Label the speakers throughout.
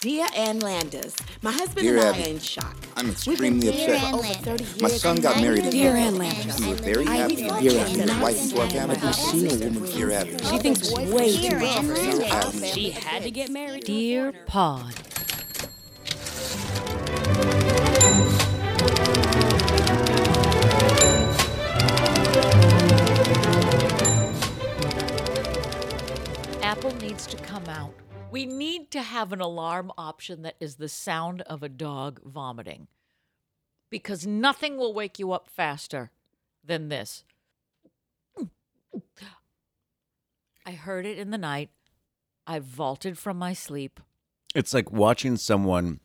Speaker 1: Dear Ann Landis, my husband
Speaker 2: Dear
Speaker 1: and I
Speaker 2: Abby,
Speaker 1: are in shock.
Speaker 2: I'm
Speaker 1: We've been
Speaker 2: extremely
Speaker 1: together
Speaker 2: upset.
Speaker 1: for over 30 years.
Speaker 2: My son got married
Speaker 1: and-
Speaker 2: again.
Speaker 3: Dear Ann Landis.
Speaker 2: We were very happy and
Speaker 1: Dear
Speaker 2: attracted
Speaker 1: Ann
Speaker 2: his wife into our family.
Speaker 1: Landis. I've
Speaker 3: seen a woman-
Speaker 2: Dear Abby,
Speaker 3: She thinks way too much of
Speaker 2: Dear
Speaker 3: herself.
Speaker 2: Abby,
Speaker 4: She had to get married.
Speaker 5: Dear Pod. Apple needs to come out. We need to have an alarm option that is the sound of a dog vomiting because nothing will wake you up faster than this. I heard it in the night. I vaulted from my sleep.
Speaker 6: It's like watching someone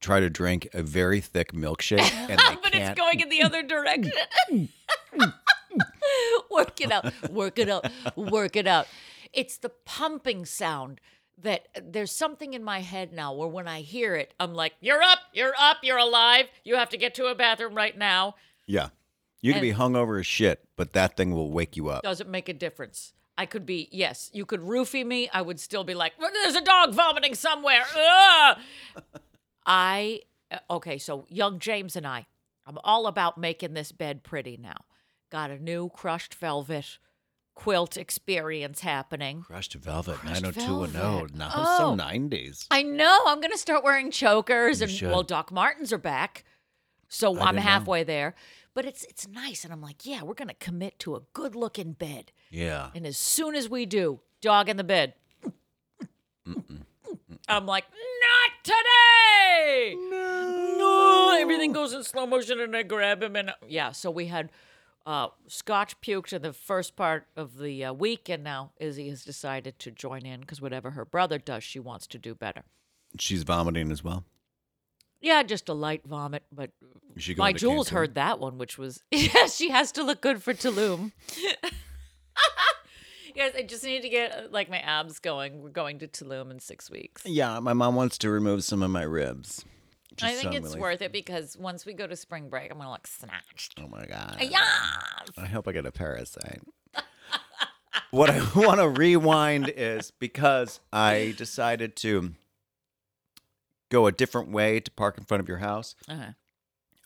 Speaker 6: try to drink a very thick milkshake and they
Speaker 5: but
Speaker 6: can't.
Speaker 5: it's going in the other direction. work it out, work it out, work it out. It's the pumping sound that uh, there's something in my head now where when I hear it, I'm like, you're up, you're up, you're alive, you have to get to a bathroom right now.
Speaker 6: yeah. You could be hungover as shit, but that thing will wake you up.
Speaker 5: Doesn't make a difference. I could be, yes, you could roofie me. I would still be like, "Well, there's a dog vomiting somewhere. Ugh! I, uh, okay, so young James and I, I'm all about making this bed pretty now. Got a new crushed velvet quilt experience happening.
Speaker 6: Crushed Velvet
Speaker 5: Crushed
Speaker 6: 90210.
Speaker 5: Velvet.
Speaker 6: Now
Speaker 5: Oh.
Speaker 6: so 90s.
Speaker 5: I know. I'm going to start wearing chokers,
Speaker 6: You
Speaker 5: and
Speaker 6: should.
Speaker 5: well, Doc Martens are back, so
Speaker 6: I
Speaker 5: I am
Speaker 6: didn't know.
Speaker 5: halfway there. But it's it's nice, and I'm like, yeah, we're going to commit to a good looking bed.
Speaker 6: Yeah.
Speaker 5: And as soon as we do, dog in the bed. I'm like, not today. No. Everything goes in slow motion, and I grab him, and yeah. So we had. Uh, Scotch puked in the first part of the uh, week, and now Izzy has decided to join in because whatever her brother does, she wants to do better.
Speaker 6: She's vomiting as well.
Speaker 5: Yeah, just a light vomit, but
Speaker 6: Is she going
Speaker 5: my
Speaker 6: to
Speaker 5: Jules
Speaker 6: Cancun?
Speaker 5: heard that one, which was yeah, she has to look good for Tulum. Yes, I just need to get uh, like my abs going. We're going to Tulum in six weeks.
Speaker 6: Yeah, my mom wants to remove some of my ribs.
Speaker 5: I
Speaker 6: Just
Speaker 5: think
Speaker 6: some
Speaker 5: it's
Speaker 6: relief.
Speaker 5: worth it because once we go to spring break, I'm gonna look snatched.
Speaker 6: Oh my god.
Speaker 5: Uh, Yeah.
Speaker 6: I hope I get a parasite. what I want to rewind is because I decided to go a different way to park in front of your house.
Speaker 5: Uh-huh.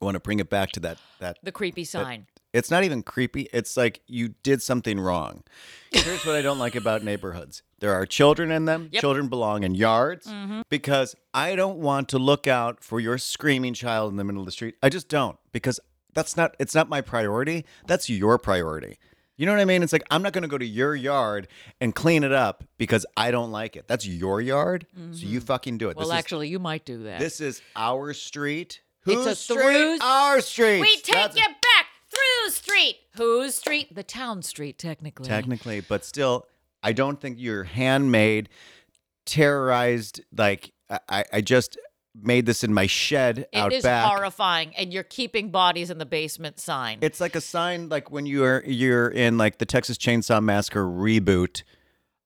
Speaker 6: I want to bring it back to that that
Speaker 5: The creepy sign.
Speaker 6: it's not even creepy. It's like you did something wrong. Here's what I don't like about neighborhoods there are children in them,
Speaker 5: Yep. Mm-hmm.
Speaker 6: children belong in yards because I don't want to look out for your screaming child in the middle of the street. I just don't because that's not it's not my priority. That's your priority. You know what I mean? It's like I'm not going to go to your yard and clean it up because I don't like it. That's your yard, so you fucking do it.
Speaker 5: Mm-hmm. Well,
Speaker 6: this
Speaker 5: actually, you might do that.
Speaker 6: is, this is our street.
Speaker 5: It's
Speaker 6: Whose
Speaker 5: a
Speaker 6: street?
Speaker 5: through-
Speaker 6: Our street.
Speaker 5: we take
Speaker 6: That's-
Speaker 5: you back through street. Whose street? The town street, technically.
Speaker 6: technically, but still, I don't think you're handmade, terrorized. Like I- I, I just made this in my shed out
Speaker 5: It is
Speaker 6: back.
Speaker 5: horrifying, and you're keeping bodies in the basement sign.
Speaker 6: It's like a sign, like when you're you're in like the Texas Chainsaw Massacre reboot.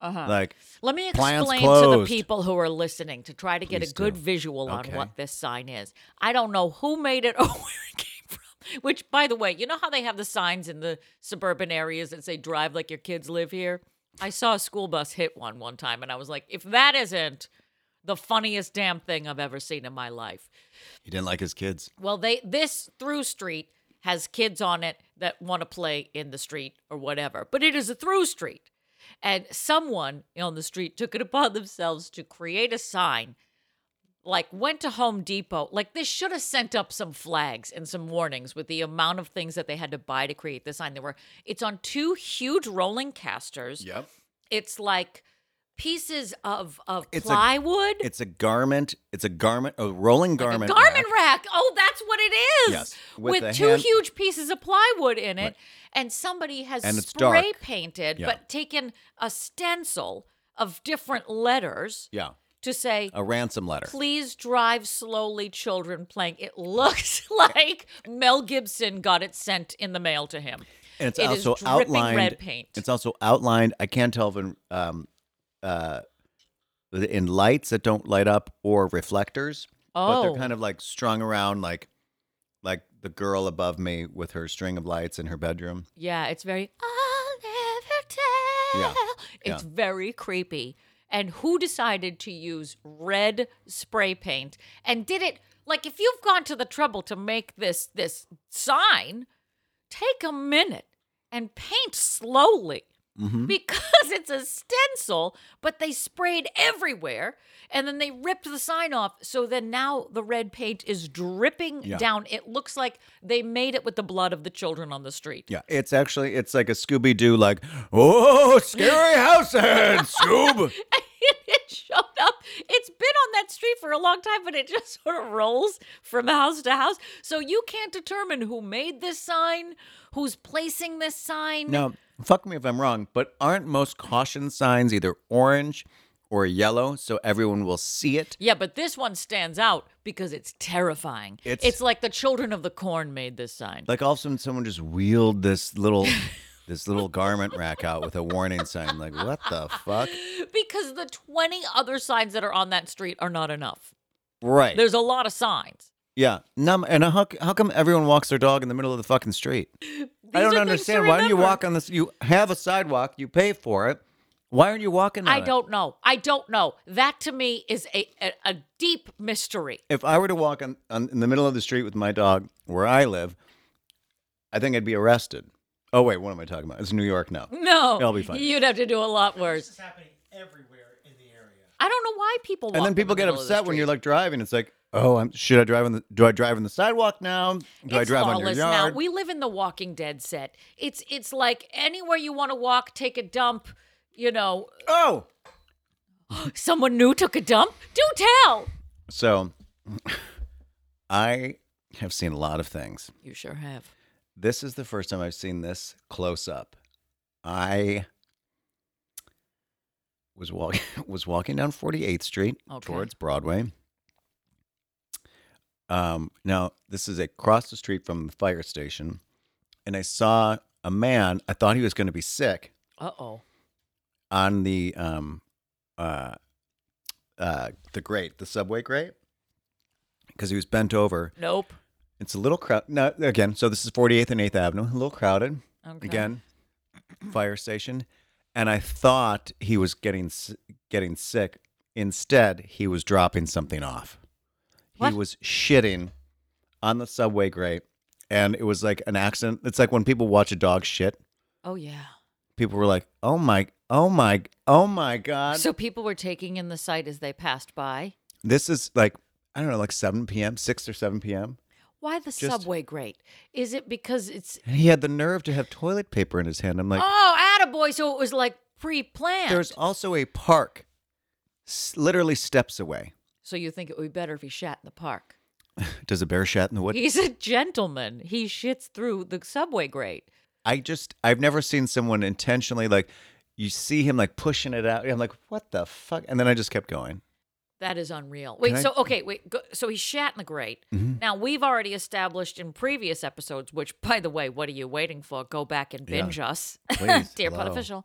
Speaker 6: Uh-huh. Like
Speaker 5: Let me
Speaker 6: Plants
Speaker 5: explain to the
Speaker 6: closed.
Speaker 5: people who are listening to try to get
Speaker 6: Please
Speaker 5: a good
Speaker 6: do.
Speaker 5: visual
Speaker 6: Okay.
Speaker 5: on what this sign is. I don't know who made it or where it came from. Which, by the way, you know how they have the signs in the suburban areas that say "Drive like your kids live here." I saw a school bus hit one one time, and I was like, if that isn't the funniest damn thing I've ever seen in my life.
Speaker 6: he didn't like his kids.
Speaker 5: Well, they this through street has kids on it that want to play in the street or whatever, but it is a through street. And someone on the street took it upon themselves to create a sign, like went to Home Depot. Like this should have sent up some flags and some warnings with the amount of things that they had to buy to create the sign. There were it's on two huge rolling casters.
Speaker 6: Yep.
Speaker 5: It's like pieces of of
Speaker 6: It's a-
Speaker 5: plywood.
Speaker 6: It's a garment. It's a garment. A rolling garment.
Speaker 5: A garment
Speaker 6: rack.
Speaker 5: rack. Oh, that's what it is.
Speaker 6: Yes, with
Speaker 5: With,
Speaker 6: the
Speaker 5: two
Speaker 6: hand-
Speaker 5: huge pieces of plywood in it,
Speaker 6: Right.
Speaker 5: and somebody has
Speaker 6: And it's
Speaker 5: spray
Speaker 6: dark.
Speaker 5: painted,
Speaker 6: Yeah.
Speaker 5: but taken a stencil of different letters
Speaker 6: Yeah.
Speaker 5: to say.
Speaker 6: A ransom letter.
Speaker 5: Please drive slowly, children playing. It looks like Mel Gibson got it sent in the mail to him.
Speaker 6: And it's
Speaker 5: It is
Speaker 6: also
Speaker 5: dripping
Speaker 6: outlined.
Speaker 5: red paint.
Speaker 6: It's also outlined. I can't tell if in, um, uh, in lights that don't light up or reflectors, but
Speaker 5: Oh.
Speaker 6: they're kind of like strung around, like like the girl above me with her string of lights in her bedroom.
Speaker 5: Yeah, it's very I'll never tell.
Speaker 6: Yeah,
Speaker 5: It's
Speaker 6: yeah.
Speaker 5: very creepy. and who decided to use red spray paint and did it like if you've gone to the trouble to make this this sign take a minute and paint slowly
Speaker 6: Mm-hmm.
Speaker 5: because it's a stencil, but they sprayed everywhere and then they ripped the sign off. So then now the red paint is dripping
Speaker 6: Yeah.
Speaker 5: down. It looks like they made it with the blood of the children on the street.
Speaker 6: Yeah, it's actually it's like a Scooby Doo, like oh scary house ahead, Scoob.
Speaker 5: it showed up. It's been on that street for a long time, but it just sort of rolls from house to house. So you can't determine who made this sign, who's placing this sign.
Speaker 6: Now, fuck me if I'm wrong, but aren't most caution signs either orange or yellow so everyone will see it?
Speaker 5: Yeah, but this one stands out because it's terrifying. It's,
Speaker 6: It's-
Speaker 5: like the children of the corn made this sign.
Speaker 6: Like all of a sudden, someone just wheeled this little this little garment rack out with a warning sign. Like what the fuck?
Speaker 5: because the 20 other signs that are on that street are not enough.
Speaker 6: Right.
Speaker 5: There's a lot of signs.
Speaker 6: yeah. Num- and how, how come everyone walks their dog in the middle of the fucking street? I
Speaker 5: These are
Speaker 6: don't
Speaker 5: things to
Speaker 6: understand. Why don't you
Speaker 5: remember.
Speaker 6: walk on this? You have a sidewalk. You pay for it. Why aren't you walking? On
Speaker 5: I
Speaker 6: it?
Speaker 5: don't know. I don't know. That to me is a, a, a deep mystery.
Speaker 6: if I were to walk on, on in the middle of the street with my dog where I live, I think I'd be arrested. Oh wait, what am I talking about? It's New York now.
Speaker 5: No.
Speaker 6: It'll be fine.
Speaker 5: You'd have to do a lot worse.
Speaker 4: This is happening everywhere in the area.
Speaker 5: I don't know why people walk
Speaker 6: and then
Speaker 5: in the
Speaker 6: people get
Speaker 5: middle of the
Speaker 6: upset when you're
Speaker 5: street.
Speaker 6: like driving. It's like, oh, I'm, should I drive on the? Do I drive on the sidewalk now? Do I
Speaker 5: It's
Speaker 6: drive on your
Speaker 5: lawless
Speaker 6: yard?
Speaker 5: Now. We live in the Walking Dead set. It's it's like anywhere you want to walk, take a dump, you know,
Speaker 6: oh,
Speaker 5: someone new took a dump? Do tell.
Speaker 6: so I have seen a lot of things.
Speaker 5: You sure have.
Speaker 6: This is the first time I've seen this close up. I was walking was walking down 48th Street
Speaker 5: Okay.
Speaker 6: towards Broadway. Um, now this is across the street from the fire station, and I saw a man. I thought he was going to be sick
Speaker 5: Uh oh.
Speaker 6: on the um, uh, uh, the grate, the subway grate, because he was bent over.
Speaker 5: Nope.
Speaker 6: It's a little crowd. No, again, so this is 48th and 8th Avenue, a little crowded.
Speaker 5: Okay.
Speaker 6: Again, fire station. And I thought he was getting s- getting sick. Instead, he was dropping something off.
Speaker 5: What?
Speaker 6: He was shitting on the subway grate, and it was like an accident. It's like when people watch a dog shit.
Speaker 5: Oh yeah.
Speaker 6: People were like, "Oh my, oh my, oh my god!"
Speaker 5: So people were taking in the sight as they passed by.
Speaker 6: this is like I don't know, like 7 p.m., 6 or 7 p.m.
Speaker 5: Why the
Speaker 6: Just-
Speaker 5: subway grate? Is it because it's
Speaker 6: And he had the nerve to have toilet paper in his hand. I'm like,
Speaker 5: Oh, attaboy, so it was like pre-planned.
Speaker 6: There's also a park, s- literally steps away.
Speaker 5: so you think it would be better if he shat in the park.
Speaker 6: Does a bear shat in the wood?
Speaker 5: He's a gentleman. He shits through the subway grate.
Speaker 6: I just, I've never seen someone intentionally like, you see him like pushing it out. I'm like, what the fuck? And then I just kept going.
Speaker 5: That is unreal. Wait,
Speaker 6: Can I- Mm-hmm.
Speaker 5: so okay, wait. Go, so he shat in the grate. Now we've already established in previous episodes, which, by the way, what are you waiting for? Go back and binge us,
Speaker 6: Please,
Speaker 5: dear
Speaker 6: hello.
Speaker 5: Podofficial.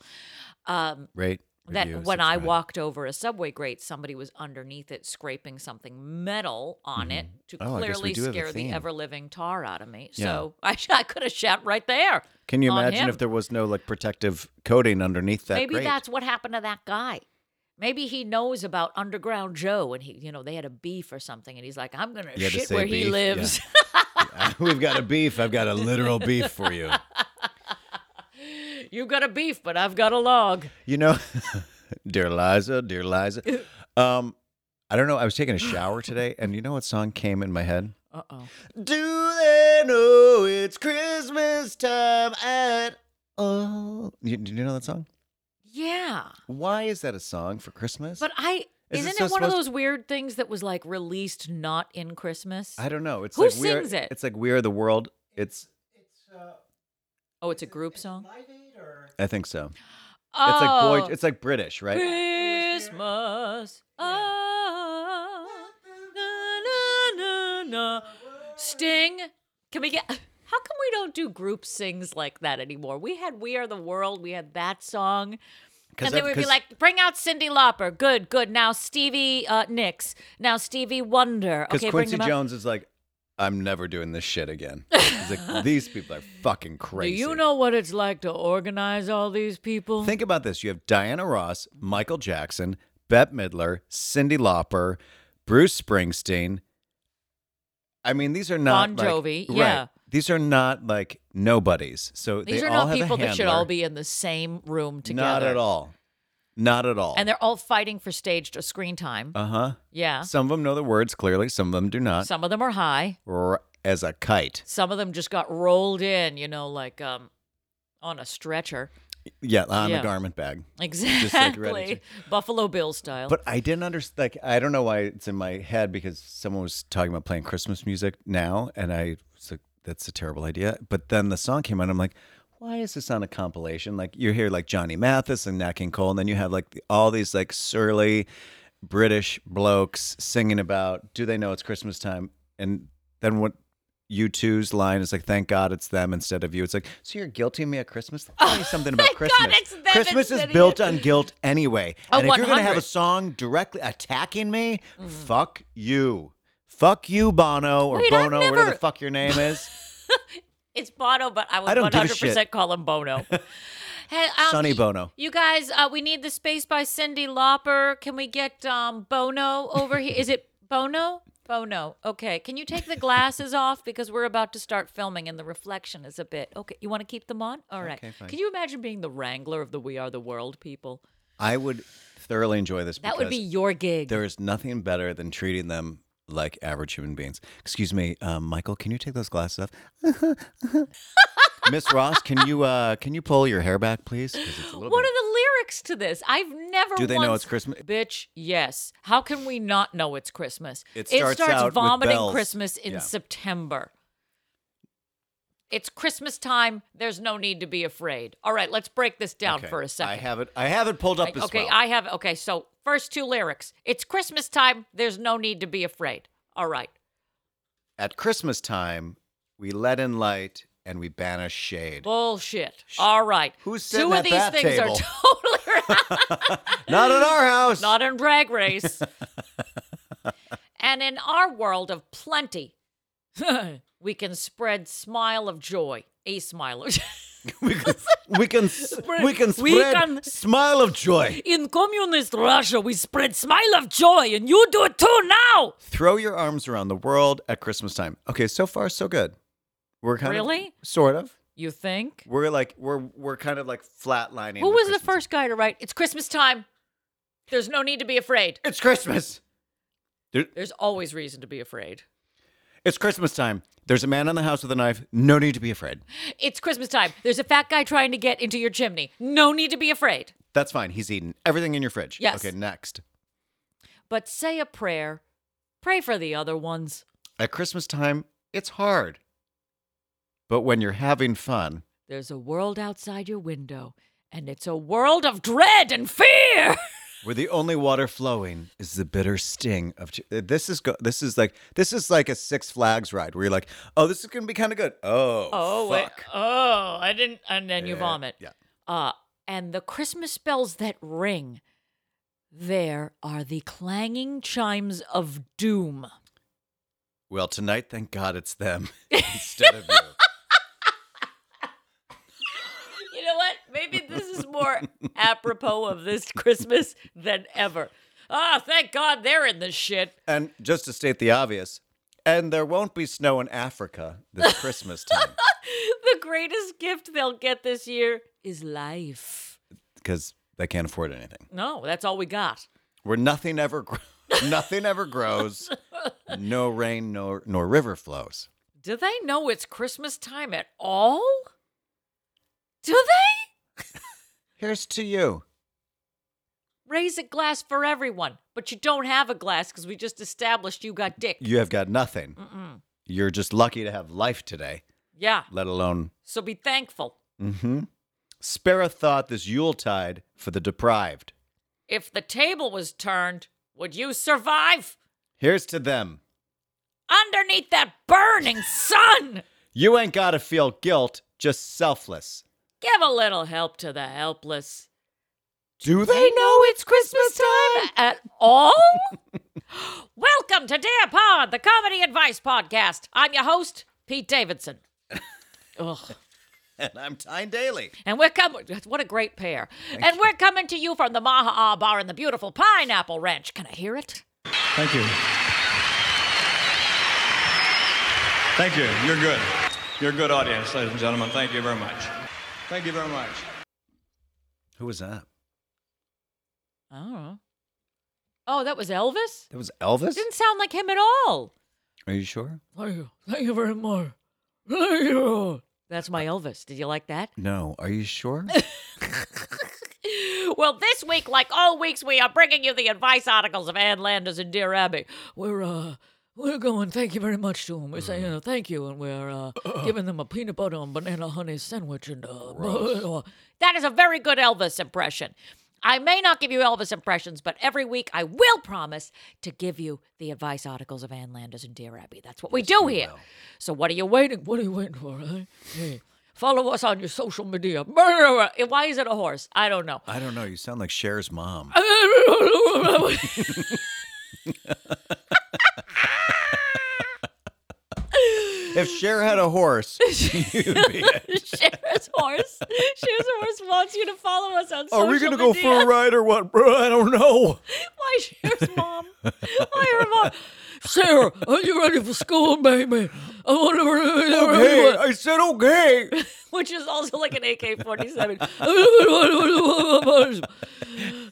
Speaker 5: Um,
Speaker 6: Right.
Speaker 5: that when I walked over a subway grate, somebody was underneath it scraping something metal on it to
Speaker 6: Oh, I guess
Speaker 5: clearly
Speaker 6: we do have a
Speaker 5: scare the
Speaker 6: theme.
Speaker 5: ever living tar out of me.
Speaker 6: Yeah.
Speaker 5: So I, sh- I could have shat right there.
Speaker 6: Can you
Speaker 5: on
Speaker 6: imagine
Speaker 5: him.
Speaker 6: if there was no like protective coating underneath that?
Speaker 5: Maybe
Speaker 6: grate?
Speaker 5: that's what happened to that guy. Maybe he knows about Underground Joe and he, you know, they had a beef or something and he's like, I'm going to
Speaker 6: You had to
Speaker 5: shit
Speaker 6: say
Speaker 5: where
Speaker 6: beef,
Speaker 5: he
Speaker 6: yeah.
Speaker 5: lives.
Speaker 6: We've got a beef. I've got a literal beef for you.
Speaker 5: You've got a beef, but I've got a log.
Speaker 6: You know, dear Liza, dear Liza. Um, I don't know. I was taking a shower today, and you know what song came in my head?
Speaker 5: Uh oh.
Speaker 6: Do they know it's Christmas time at all? You, do you know that song?
Speaker 5: Yeah.
Speaker 6: Why is that a song for Christmas?
Speaker 5: But I,
Speaker 6: Is
Speaker 5: isn't
Speaker 6: this
Speaker 5: it
Speaker 6: not
Speaker 5: one of
Speaker 6: supposed-
Speaker 5: those weird things that was like released not in Christmas?
Speaker 6: I don't know. It's
Speaker 5: Who
Speaker 6: like we are-
Speaker 5: sings it?
Speaker 6: It's like we are the world. It's
Speaker 4: It's uh,
Speaker 5: Oh, it's a group song?
Speaker 4: Live Aid or
Speaker 6: I think so.
Speaker 5: Oh,
Speaker 6: It's like boy. It's like British, right?
Speaker 5: Christmas. Ah. Oh, na, na, na, na. Sting. Can we get. How come we don't do group sings like that anymore? We had We Are the World, we had that song. And they
Speaker 6: that-
Speaker 5: would be like, bring out Cindy Lauper. Good, good. Now Stevie uh, Nicks. Now Stevie Wonder.
Speaker 6: because
Speaker 5: Okay, bring
Speaker 6: Quincy
Speaker 5: them out.
Speaker 6: Jones is like, I'm never doing this shit again. He's like, these people are fucking
Speaker 5: Do
Speaker 6: crazy.
Speaker 5: you know what it's like to organize all these people?
Speaker 6: Think about this. You have Diana Ross, Michael Jackson, Bette Midler, Cindy Lauper, Bruce Springsteen. I mean, these are not
Speaker 5: Bon Jovi,
Speaker 6: Like, right.
Speaker 5: yeah.
Speaker 6: These are not like nobodies. So
Speaker 5: These
Speaker 6: they
Speaker 5: are
Speaker 6: all
Speaker 5: not
Speaker 6: have a
Speaker 5: people that should all
Speaker 6: handler.
Speaker 5: be in the same room together.
Speaker 6: Not at all. Not at all.
Speaker 5: And they're all fighting for stage screen time.
Speaker 6: uh huh.
Speaker 5: yeah.
Speaker 6: Some of them know the words clearly. Some of them do not.
Speaker 5: Some of them are high.
Speaker 6: R- as a kite.
Speaker 5: Some of them just got rolled in, you know, like um on a stretcher.
Speaker 6: Yeah, on
Speaker 5: Yeah.
Speaker 6: a garment bag.
Speaker 5: Exactly.
Speaker 6: like ready to-
Speaker 5: Buffalo Bill style.
Speaker 6: But I didn't understand. Like, I don't know why it's in my head because someone was talking about playing Christmas music now, and I was like, "That's a terrible idea." But then the song came on. I'm like, "Why is this on a compilation?" Like, you hear like Johnny Mathis and Nat King Cole, and then you have like the- all these like surly British blokes singing about, "Do they know it's Christmas time?" And then what? You two's line is like, "Thank God it's them instead of you." It's like, so you're guilting me of Christmas. Tell me something about
Speaker 5: Oh, thank God
Speaker 6: Christmas.
Speaker 5: it's them
Speaker 6: Christmas is
Speaker 5: instead of you.
Speaker 6: built on guilt anyway.
Speaker 5: Oh,
Speaker 6: and if you're gonna have
Speaker 5: 100.
Speaker 6: a song directly attacking me, fuck you. Fuck you, Bono or
Speaker 5: Wait, I've
Speaker 6: Bono, whatever
Speaker 5: never-
Speaker 6: the fuck your name is.
Speaker 5: It's Bono, but I would
Speaker 6: I don't give a
Speaker 5: 100% call him Bono. hey, um,
Speaker 6: Sonny Bono.
Speaker 5: You guys, uh, we need the space by Cindy Lauper. Can we get um, Bono over here? Is it Bono? Bono. Okay. Can you take the glasses off because we're about to start filming and the reflection is a bit. Okay. You want to keep them on? All right.
Speaker 6: Okay, fine.
Speaker 5: Can you imagine being the wrangler of the We Are the World people?
Speaker 6: I would thoroughly enjoy this
Speaker 5: That would be
Speaker 6: because
Speaker 5: your gig.
Speaker 6: there is nothing better than treating them like average human beings. Excuse me, um, Michael, can you take those glasses off? Miss Ross, can you uh, can you pull your hair back, please? 'Cause it's a little
Speaker 5: What
Speaker 6: bit-
Speaker 5: are the lyrics to this? I've never.
Speaker 6: Do they
Speaker 5: once-
Speaker 6: know it's Christmas?
Speaker 5: Bitch, yes. How can we not know it's Christmas?
Speaker 6: It starts out with
Speaker 5: vomiting
Speaker 6: bells.
Speaker 5: Christmas in
Speaker 6: Yeah.
Speaker 5: September. It's Christmas time. There's no need to be afraid. All right, let's break this down
Speaker 6: Okay,
Speaker 5: for a second.
Speaker 6: I have it. I have it pulled up as
Speaker 5: okay,
Speaker 6: well.
Speaker 5: I have. Okay, so first two lyrics. It's Christmas time. There's no need to be afraid. All right.
Speaker 6: At Christmas time, we let in light and we banish shade.
Speaker 5: Bullshit. All right.
Speaker 6: Who's
Speaker 5: Two
Speaker 6: sitting
Speaker 5: of
Speaker 6: at
Speaker 5: these
Speaker 6: that
Speaker 5: things
Speaker 6: table?
Speaker 5: are totally
Speaker 6: Not in our house.
Speaker 5: not in drag race. and in our world of plenty, we can spread smile of joy, a smile of joy.
Speaker 6: we can we can s- we can spread
Speaker 5: We can-
Speaker 6: smile of joy.
Speaker 5: In communist Russia, we spread smile of joy, and you do it too now.
Speaker 6: Throw your arms around the world at Christmas time. Okay, so far so good. We're kind
Speaker 5: Really?
Speaker 6: of sort of.
Speaker 5: You think?
Speaker 6: We're like we're we're kind of like flatlining.
Speaker 5: Who
Speaker 6: at
Speaker 5: was the
Speaker 6: Christmas
Speaker 5: first guy to write? It's Christmas time. There's no need to be afraid.
Speaker 6: time. It's Christmas. There-
Speaker 5: There's always reason to be afraid.
Speaker 6: It's Christmas time. There's a man in the house with a knife. No need to be afraid.
Speaker 5: It's Christmas time. There's a fat guy trying to get into your chimney. No need to be afraid.
Speaker 6: That's fine. He's eating everything in your fridge.
Speaker 5: Yes.
Speaker 6: Okay, next.
Speaker 5: But say a prayer. Pray for the other ones.
Speaker 6: At Christmas time, it's hard. But when you're having fun,
Speaker 5: There's a world outside your window, and it's a world of dread and fear.
Speaker 6: Where the only water flowing is the bitter sting of ch- this is go- this is like this is like a Six Flags ride where you're like, oh, this is gonna be kind of good. Oh,
Speaker 5: Oh, wait.
Speaker 6: fuck. Eh,
Speaker 5: Oh, I didn't. And then you vomit.
Speaker 6: Yeah.
Speaker 5: Uh, and the Christmas bells that ring, there are the clanging chimes of doom.
Speaker 6: Well, tonight, thank God, it's them instead of you.
Speaker 5: You know what? Maybe this is more apropos of this Christmas than ever. Ah, thank God they're in this shit.
Speaker 6: And just to state the obvious, and there won't be snow in Africa this Christmas time
Speaker 5: The greatest gift they'll get this year is life.
Speaker 6: because they can't afford anything.
Speaker 5: No, that's all we got.
Speaker 6: Where nothing ever, gr- nothing ever grows, no rain, nor nor river flows.
Speaker 5: Do they know it's Christmas time at all? Do they?
Speaker 6: Here's to you.
Speaker 5: Raise a glass for everyone, but you don't have a glass because we just established you got dick.
Speaker 6: you have got nothing. You're just lucky to have life today,
Speaker 5: Yeah,
Speaker 6: let alone.
Speaker 5: so be thankful.
Speaker 6: Mm-hmm. Spare a thought this Yuletide for the deprived.
Speaker 5: If the table was turned, would you survive?
Speaker 6: Here's to them.
Speaker 5: Underneath that burning sun!
Speaker 6: You ain't got to feel guilt, just selfless.
Speaker 5: Give a little help to the helpless.
Speaker 6: Do
Speaker 5: They know it's Christmas time at all? Welcome to Dear Pod, the comedy advice podcast. I'm your host, Pete Davidson. Ugh.
Speaker 6: and I'm Tyne Daly.
Speaker 5: And we're coming. What a great pair. and we're coming to you from the Maha'a Bar in the beautiful Pineapple Ranch. Can I hear it?
Speaker 7: Thank you. Thank you. You're good. You're a good audience, ladies and gentlemen. Thank you very much. Thank you very much.
Speaker 6: Who was that?
Speaker 5: Oh. Oh, that was Elvis?
Speaker 6: That was Elvis?
Speaker 5: Didn't sound like him at all.
Speaker 6: Are you sure?
Speaker 5: Thank you. Thank you very much. Thank you. That's my Elvis. Did you like that?
Speaker 6: No. Are you sure?
Speaker 5: Well, this week, like all weeks, we are bringing you the advice articles of Ann Landers and Dear Abby. We're, uh, we're going, thank you very much to them. We're saying uh, thank you, and we're uh, giving them a peanut butter and banana honey sandwich. And uh, That is a very good Elvis impression. I may not give you Elvis impressions, but every week I will promise to give you the advice articles of Ann Landers and Dear Abby. That's what we do here. So what are you waiting? What are you waiting for? Eh? Hey, follow us on your social media. Why is it a horse? I don't know.
Speaker 6: I don't know. You sound like Cher's mom. If Cher had a horse, you'd be it.
Speaker 5: Shara's horse. Shara's horse wants you to follow us on social
Speaker 6: Are we gonna go for a
Speaker 5: media.
Speaker 6: ride or what, bro? I don't know.
Speaker 5: Why Shara's mom? Why her mom? Sarah, are you ready for school, baby? I want to
Speaker 6: Okay, I said okay.
Speaker 5: Which is also like an AK 47. it's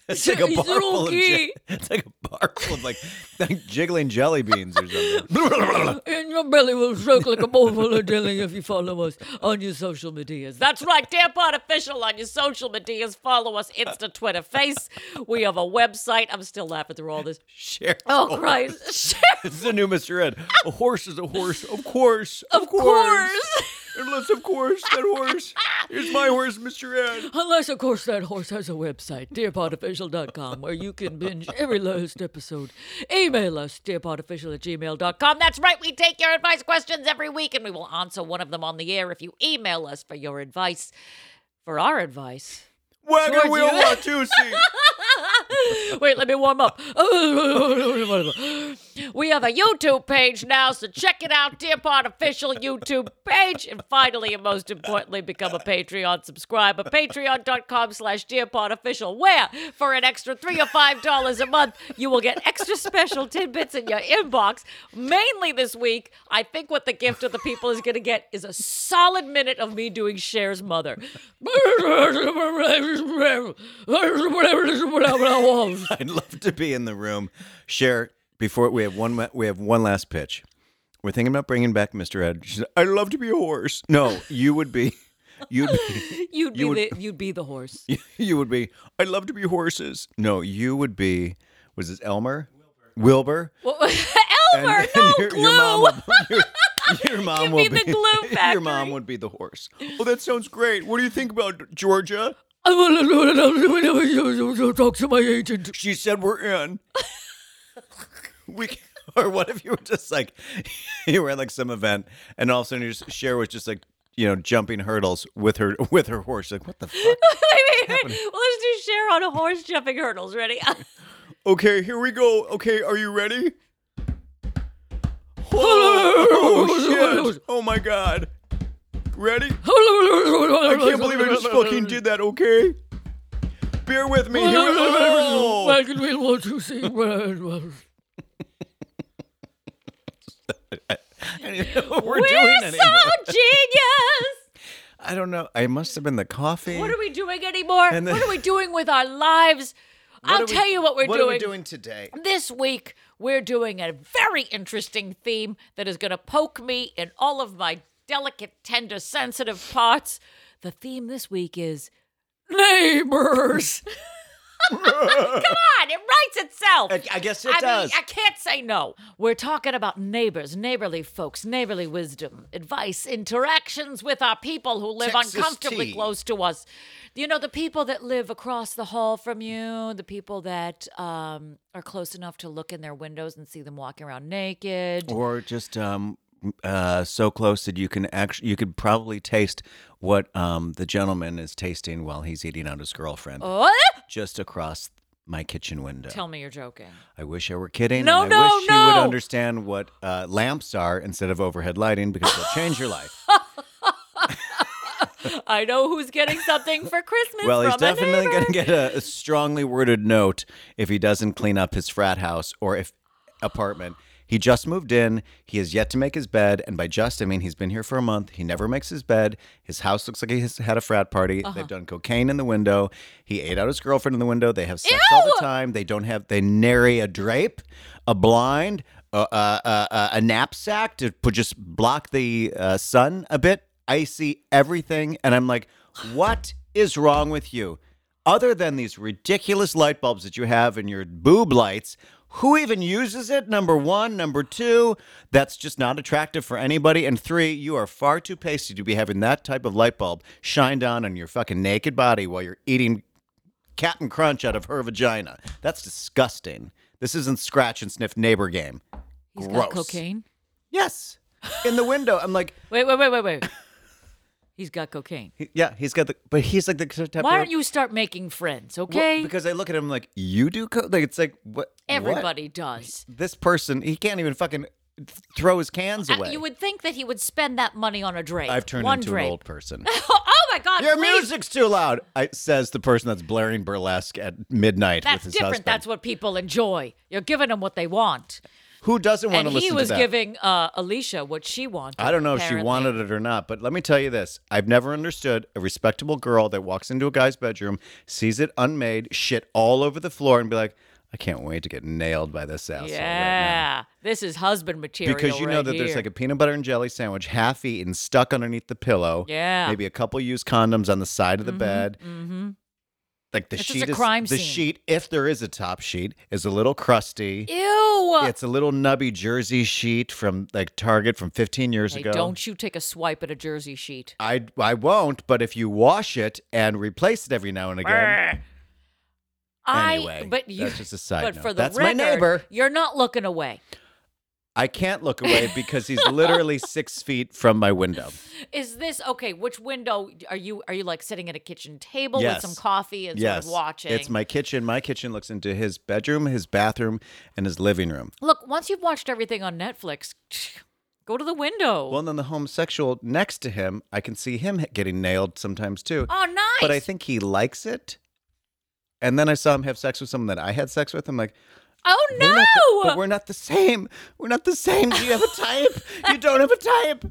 Speaker 6: It's like a bar full of j- it's like a bar full of like, like jiggling jelly beans or something.
Speaker 5: And your belly will shrink like a bowl full of jelly if you follow us on your social medias. That's right, Damp Artificial on your social medias. Follow us, Insta, Twitter, Face. We have a website. I'm still laughing through all this.
Speaker 6: Cher.
Speaker 5: Oh, Christ.
Speaker 6: This is the new Mr. Ed. A horse is a horse, of course.
Speaker 5: of course.
Speaker 6: Unless, of course, that horse is my horse, Mr. Ed.
Speaker 5: Unless, of course, that horse has a website, dearpodofficial.com, where you can binge every last episode. Email us, dearpodofficial at gmail.com. That's right, we take your advice questions every week, and we will answer one of them on the air if you email us for your advice. For our advice.
Speaker 6: Wagon
Speaker 5: Towards
Speaker 6: wheel
Speaker 5: you.
Speaker 6: Watusi.
Speaker 5: Wait, let me warm up. We have a YouTube page now, so check it out, Dear Pod Official YouTube page. And finally, and most importantly, become a Patreon subscriber. Patreon.com slash Dear Pod Official, where for an extra three or five dollars a month, you will get extra special tidbits in your inbox. Mainly this week, I think what the gift of the people is going to get is a solid minute of me doing Cher's mother.
Speaker 6: I'd love to be in the room. Cher, before we have one, ma- we have one last pitch. We're thinking about bringing back Mr. Ed. She's like, I'd love to be a horse. No, you would be. You'd be,
Speaker 5: You'd be,
Speaker 6: You would-
Speaker 5: the, you'd be the horse.
Speaker 6: you would be. I'd love to be horses. No, you would be. Was this Elmer? Wilbur.
Speaker 5: Well,
Speaker 6: And-
Speaker 5: Elmer,
Speaker 6: and
Speaker 5: no
Speaker 6: your,
Speaker 5: glue.
Speaker 6: Your mom will, your, your mom will
Speaker 5: me the
Speaker 6: be
Speaker 5: glue
Speaker 6: Your mom
Speaker 5: factory.
Speaker 6: would be the horse. Well, that sounds great. What do you think about Georgia?
Speaker 5: I want to talk to my agent.
Speaker 6: She said we're in. we can- or what if you were just like you were at like some event and all of a sudden your Cher was just like you know jumping hurdles with her with her horse like what the fuck?
Speaker 5: Wait, wait, wait. Well, let's do share on a horse jumping hurdles. Ready?
Speaker 6: okay, here we go. Okay, are you ready? Oh, shit. oh my god! Ready?
Speaker 5: I
Speaker 6: I can't believe I just fucking did that, okay? Bear with me. Here we go.
Speaker 5: Wagon wheel, one, two, three, one, one.
Speaker 6: I don't even know what we're
Speaker 5: We're
Speaker 6: doing
Speaker 5: so
Speaker 6: anymore.
Speaker 5: genius.
Speaker 6: I don't know. I must have been the coffee.
Speaker 5: What are we doing anymore?
Speaker 6: And
Speaker 5: what
Speaker 6: then-
Speaker 5: are we doing with our lives?
Speaker 6: What
Speaker 5: I'll
Speaker 6: are we-
Speaker 5: tell you what we're doing.
Speaker 6: What are we doing today?
Speaker 5: This week, we're doing a very interesting theme that is going to poke me in all of my delicate, tender, sensitive parts. The theme this week is neighbors. Come on, it writes itself.
Speaker 6: I- I guess it
Speaker 5: I
Speaker 6: does.
Speaker 5: Mean, I can't say no. We're talking about neighbors, neighborly folks, neighborly wisdom, advice, interactions with our people who live
Speaker 6: Texas
Speaker 5: uncomfortably
Speaker 6: tea.
Speaker 5: close to us. You know, the people that live across the hall from you, the people that um, are close enough to look in their windows and see them walking around naked.
Speaker 6: Or just um, uh, so close that you can actually you could probably taste what um, the gentleman is tasting while he's eating out his girlfriend
Speaker 5: What?
Speaker 6: just across my kitchen window.
Speaker 5: Tell me you're joking.
Speaker 6: I wish I were kidding.
Speaker 5: No,
Speaker 6: and I
Speaker 5: no,
Speaker 6: wish you would
Speaker 5: no.
Speaker 6: understand what uh, lamps are instead of overhead lighting because they'll change your life.
Speaker 5: I know who's getting something for Christmas
Speaker 6: Well,
Speaker 5: from
Speaker 6: he's
Speaker 5: a
Speaker 6: definitely
Speaker 5: neighbor.
Speaker 6: going to get a, a strongly worded note if he doesn't clean up his frat house or if apartment. He just moved in. He has yet to make his bed, and by just I mean he's been here for a month. He never makes his bed. His house looks like he has had a frat party. They've done cocaine in the window. He ate out his girlfriend in the window. They have sex all the time. They don't have. They nary a drape, a blind, a, a, a- a, a knapsack to put, just block the uh, sun a bit. I see everything, and I'm like, what is wrong with you? Other than these ridiculous light bulbs that you have in your boob lights, who even uses it? Number one. Number two, that's just not attractive for anybody. And three, you are far too pasty to be having that type of light bulb shined on on your fucking naked body while you're eating Captain Crunch out of her vagina. That's disgusting. This isn't scratch and sniff neighbor game.
Speaker 5: He's
Speaker 6: Gross.
Speaker 5: got cocaine.
Speaker 6: Yes. In the window, I'm like,
Speaker 5: Wait, wait, wait, wait, wait. he's got cocaine.
Speaker 6: yeah, he's got the, but he's like the type of-
Speaker 5: Why don't you start making friends,
Speaker 6: Well,
Speaker 5: okay?
Speaker 6: because I look at him like you do. Co-? Like it's like what what?
Speaker 5: everybody does.
Speaker 6: This person, he can't even fucking th- throw his cans
Speaker 5: Uh,
Speaker 6: away.
Speaker 5: You would think that he would spend that money on a drape.
Speaker 6: I've turned
Speaker 5: One
Speaker 6: into
Speaker 5: drape.
Speaker 6: an old person.
Speaker 5: oh my God!
Speaker 6: Your
Speaker 5: please.
Speaker 6: music's too loud, I, says the person that's blaring burlesque at midnight
Speaker 5: That's
Speaker 6: with his
Speaker 5: different.
Speaker 6: husband.
Speaker 5: That's what people enjoy. You're giving them what they want.
Speaker 6: Who doesn't want
Speaker 5: And
Speaker 6: to listen
Speaker 5: he
Speaker 6: to
Speaker 5: was
Speaker 6: that?
Speaker 5: giving uh, Alicia what she wanted.
Speaker 6: I don't know if she
Speaker 5: apparently.
Speaker 6: wanted it or not, but let me tell you this. I've never understood a respectable girl that walks into a guy's bedroom, sees it unmade, shit all over the floor, and be like, I can't wait to get nailed by this asshole. right now."
Speaker 5: Yeah, this is husband material.
Speaker 6: because you know
Speaker 5: right
Speaker 6: that there's
Speaker 5: here.
Speaker 6: like a peanut butter and jelly sandwich half eaten stuck underneath the pillow
Speaker 5: Yeah. Mm-hmm,
Speaker 6: maybe a couple used condoms on the side of the bed like the
Speaker 5: This is a
Speaker 6: sheet is
Speaker 5: crime
Speaker 6: the
Speaker 5: scene.
Speaker 6: sheet if there is a top sheet is a little crusty
Speaker 5: ew.
Speaker 6: it's a little nubby jersey sheet from like target from 15 years
Speaker 5: Hey,
Speaker 6: ago
Speaker 5: don't you take a swipe at a jersey sheet?
Speaker 6: I, I won't but if you wash it and replace it every now and again Anyway,
Speaker 5: I but you
Speaker 6: that's just a side
Speaker 5: but
Speaker 6: note.
Speaker 5: for the
Speaker 6: That's my
Speaker 5: record,
Speaker 6: neighbor.
Speaker 5: You're not looking away.
Speaker 6: i can't look away because he's literally six feet from my window
Speaker 5: Is this okay? Which window are you? Are you like sitting at a kitchen table
Speaker 6: Yes.
Speaker 5: with some coffee and sort
Speaker 6: yes
Speaker 5: of watching?
Speaker 6: it's my kitchen my kitchen looks into his bedroom his bathroom and his living room
Speaker 5: Look, once you've watched everything on Netflix, go to the window.
Speaker 6: Well, and then the homosexual next to him, I can see him h- getting nailed sometimes too.
Speaker 5: oh, nice.
Speaker 6: But I think he likes it. And then I saw him have sex with someone that I had sex with. I'm like,
Speaker 5: oh no.
Speaker 6: "We're not the- but we're not the same. We're not the same. Do you have a type? you don't have a type.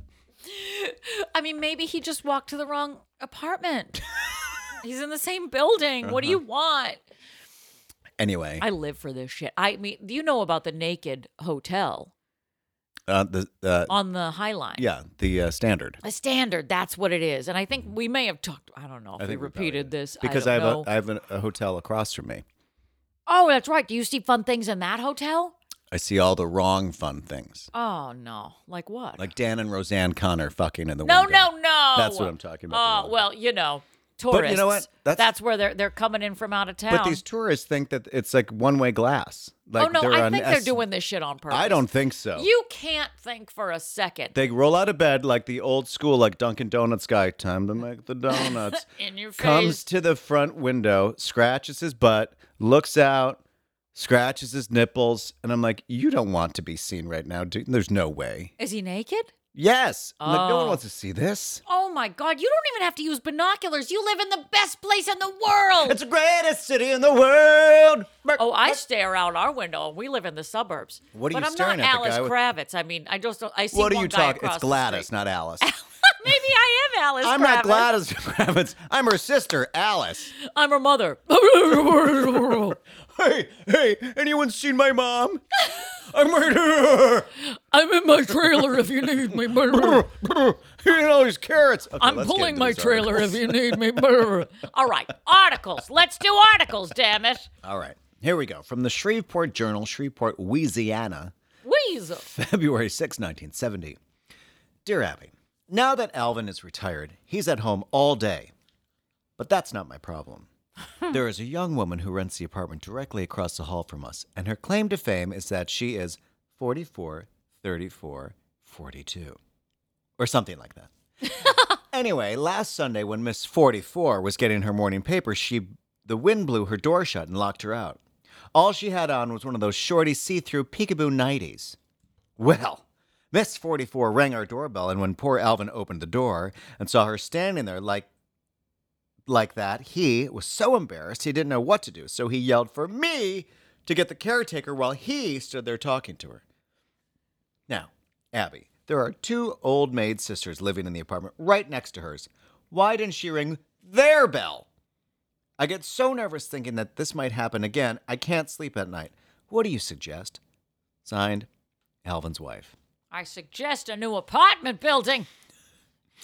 Speaker 5: I mean, maybe he just walked to the wrong apartment. He's in the same building. What do
Speaker 6: Uh-huh.
Speaker 5: you want?
Speaker 6: Anyway,
Speaker 5: I live for this shit. I mean, do you know about the naked hotel
Speaker 6: uh, the uh,
Speaker 5: on the High Line?
Speaker 6: yeah, the uh, standard.
Speaker 5: A standard, that's what it is. And I think we may have talked, I don't know if
Speaker 6: I
Speaker 5: we
Speaker 6: think we probably
Speaker 5: repeated this.
Speaker 6: Because
Speaker 5: I,
Speaker 6: I,
Speaker 5: don't know.
Speaker 6: have a, I have an- a hotel across from me.
Speaker 5: Oh, that's right. Do you see fun things in that hotel?
Speaker 6: I see all the wrong fun things,
Speaker 5: Oh, no. Like what?
Speaker 6: like Dan and Roseanne Connor fucking in the
Speaker 5: no,
Speaker 6: window.
Speaker 5: no, no.
Speaker 6: That's what I'm talking about, the
Speaker 5: Oh,
Speaker 6: window.
Speaker 5: well, you know, tourists.
Speaker 6: But you know what?
Speaker 5: That's,
Speaker 6: That's-
Speaker 5: where they're they're coming in from out of town.
Speaker 6: But these tourists think that it's like one way glass. Like
Speaker 5: oh, no.
Speaker 6: they're
Speaker 5: I
Speaker 6: on
Speaker 5: think they're
Speaker 6: S-
Speaker 5: doing this shit on purpose.
Speaker 6: I don't think so.
Speaker 5: You can't think for a second.
Speaker 6: They roll out of bed like the old school, like Dunkin' Donuts guy. Time to make the donuts.
Speaker 5: in your face.
Speaker 6: Comes to the front window, scratches his butt, looks out, scratches his nipples, and I'm like, "You don't want to be seen right now, dude. There's no way."
Speaker 5: Is he naked?
Speaker 6: Yes, I'm like, no one
Speaker 5: Oh.
Speaker 6: wants to see this.
Speaker 5: Oh my God! You don't even have to use binoculars. You live in the best place in the world.
Speaker 6: It's the greatest city in the world.
Speaker 5: oh, I stare out our window. and We live in the suburbs.
Speaker 6: What are
Speaker 5: but
Speaker 6: you
Speaker 5: I'm
Speaker 6: staring
Speaker 5: not
Speaker 6: at, the
Speaker 5: Alice
Speaker 6: guy with-
Speaker 5: Kravitz. I mean, I just don't, I see
Speaker 6: what are
Speaker 5: one
Speaker 6: you
Speaker 5: guy
Speaker 6: talking?
Speaker 5: across
Speaker 6: It's
Speaker 5: the
Speaker 6: Gladys,
Speaker 5: street.
Speaker 6: not Alice.
Speaker 5: Maybe I am Alice.
Speaker 6: I'm
Speaker 5: Kravitz.
Speaker 6: not Gladys Kravitz. I'm her sister, Alice.
Speaker 5: I'm her mother.
Speaker 6: Hey, hey, anyone seen my mom? I murdered
Speaker 5: I'm in my trailer if you need me. I'm
Speaker 6: her. Eating all these carrots. Okay, let's get
Speaker 5: pulling
Speaker 6: into
Speaker 5: my
Speaker 6: these
Speaker 5: trailer
Speaker 6: articles.
Speaker 5: if you need me. All right, articles. Let's do articles. Damn it,
Speaker 6: All right, here we go. From the Shreveport Journal, Shreveport, Louisiana,
Speaker 5: Weasel.
Speaker 6: February 6, 1970. Dear Abby, now that Alvin is retired, he's at home all day. But that's not my problem. there is a young woman who rents the apartment directly across the hall from us, and her claim to fame is that she is 44, 34, 42, or something like that. anyway, last Sunday when Miss 44 was getting her morning paper, she the wind blew her door shut and locked her out. All she had on was one of those shorty see-through peekaboo nighties. Well, Miss 44 rang our doorbell, and when poor Alvin opened the door and saw her standing there like like that, he was so embarrassed he didn't know what to do, so he yelled for me to get the caretaker while he stood there talking to her. Now, Abby, there are two old maid sisters living in the apartment right next to hers. Why didn't she ring their bell? I get so nervous thinking that this might happen again, I can't sleep at night. What do you suggest? Signed, Alvin's wife.
Speaker 5: I suggest a new apartment building.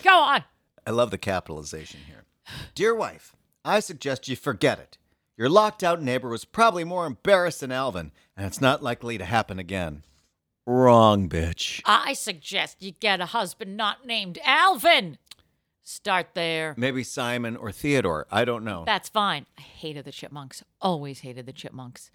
Speaker 5: Go on.
Speaker 6: I love the capitalization here. Dear wife, I suggest you forget it. Your locked out neighbor was probably more embarrassed than Alvin, and it's not likely to happen again. Wrong, bitch.
Speaker 5: I suggest you get a husband not named Alvin. Start there.
Speaker 6: Maybe Simon or Theodore. I don't know.
Speaker 5: That's fine. I hated the chipmunks. Always hated the chipmunks.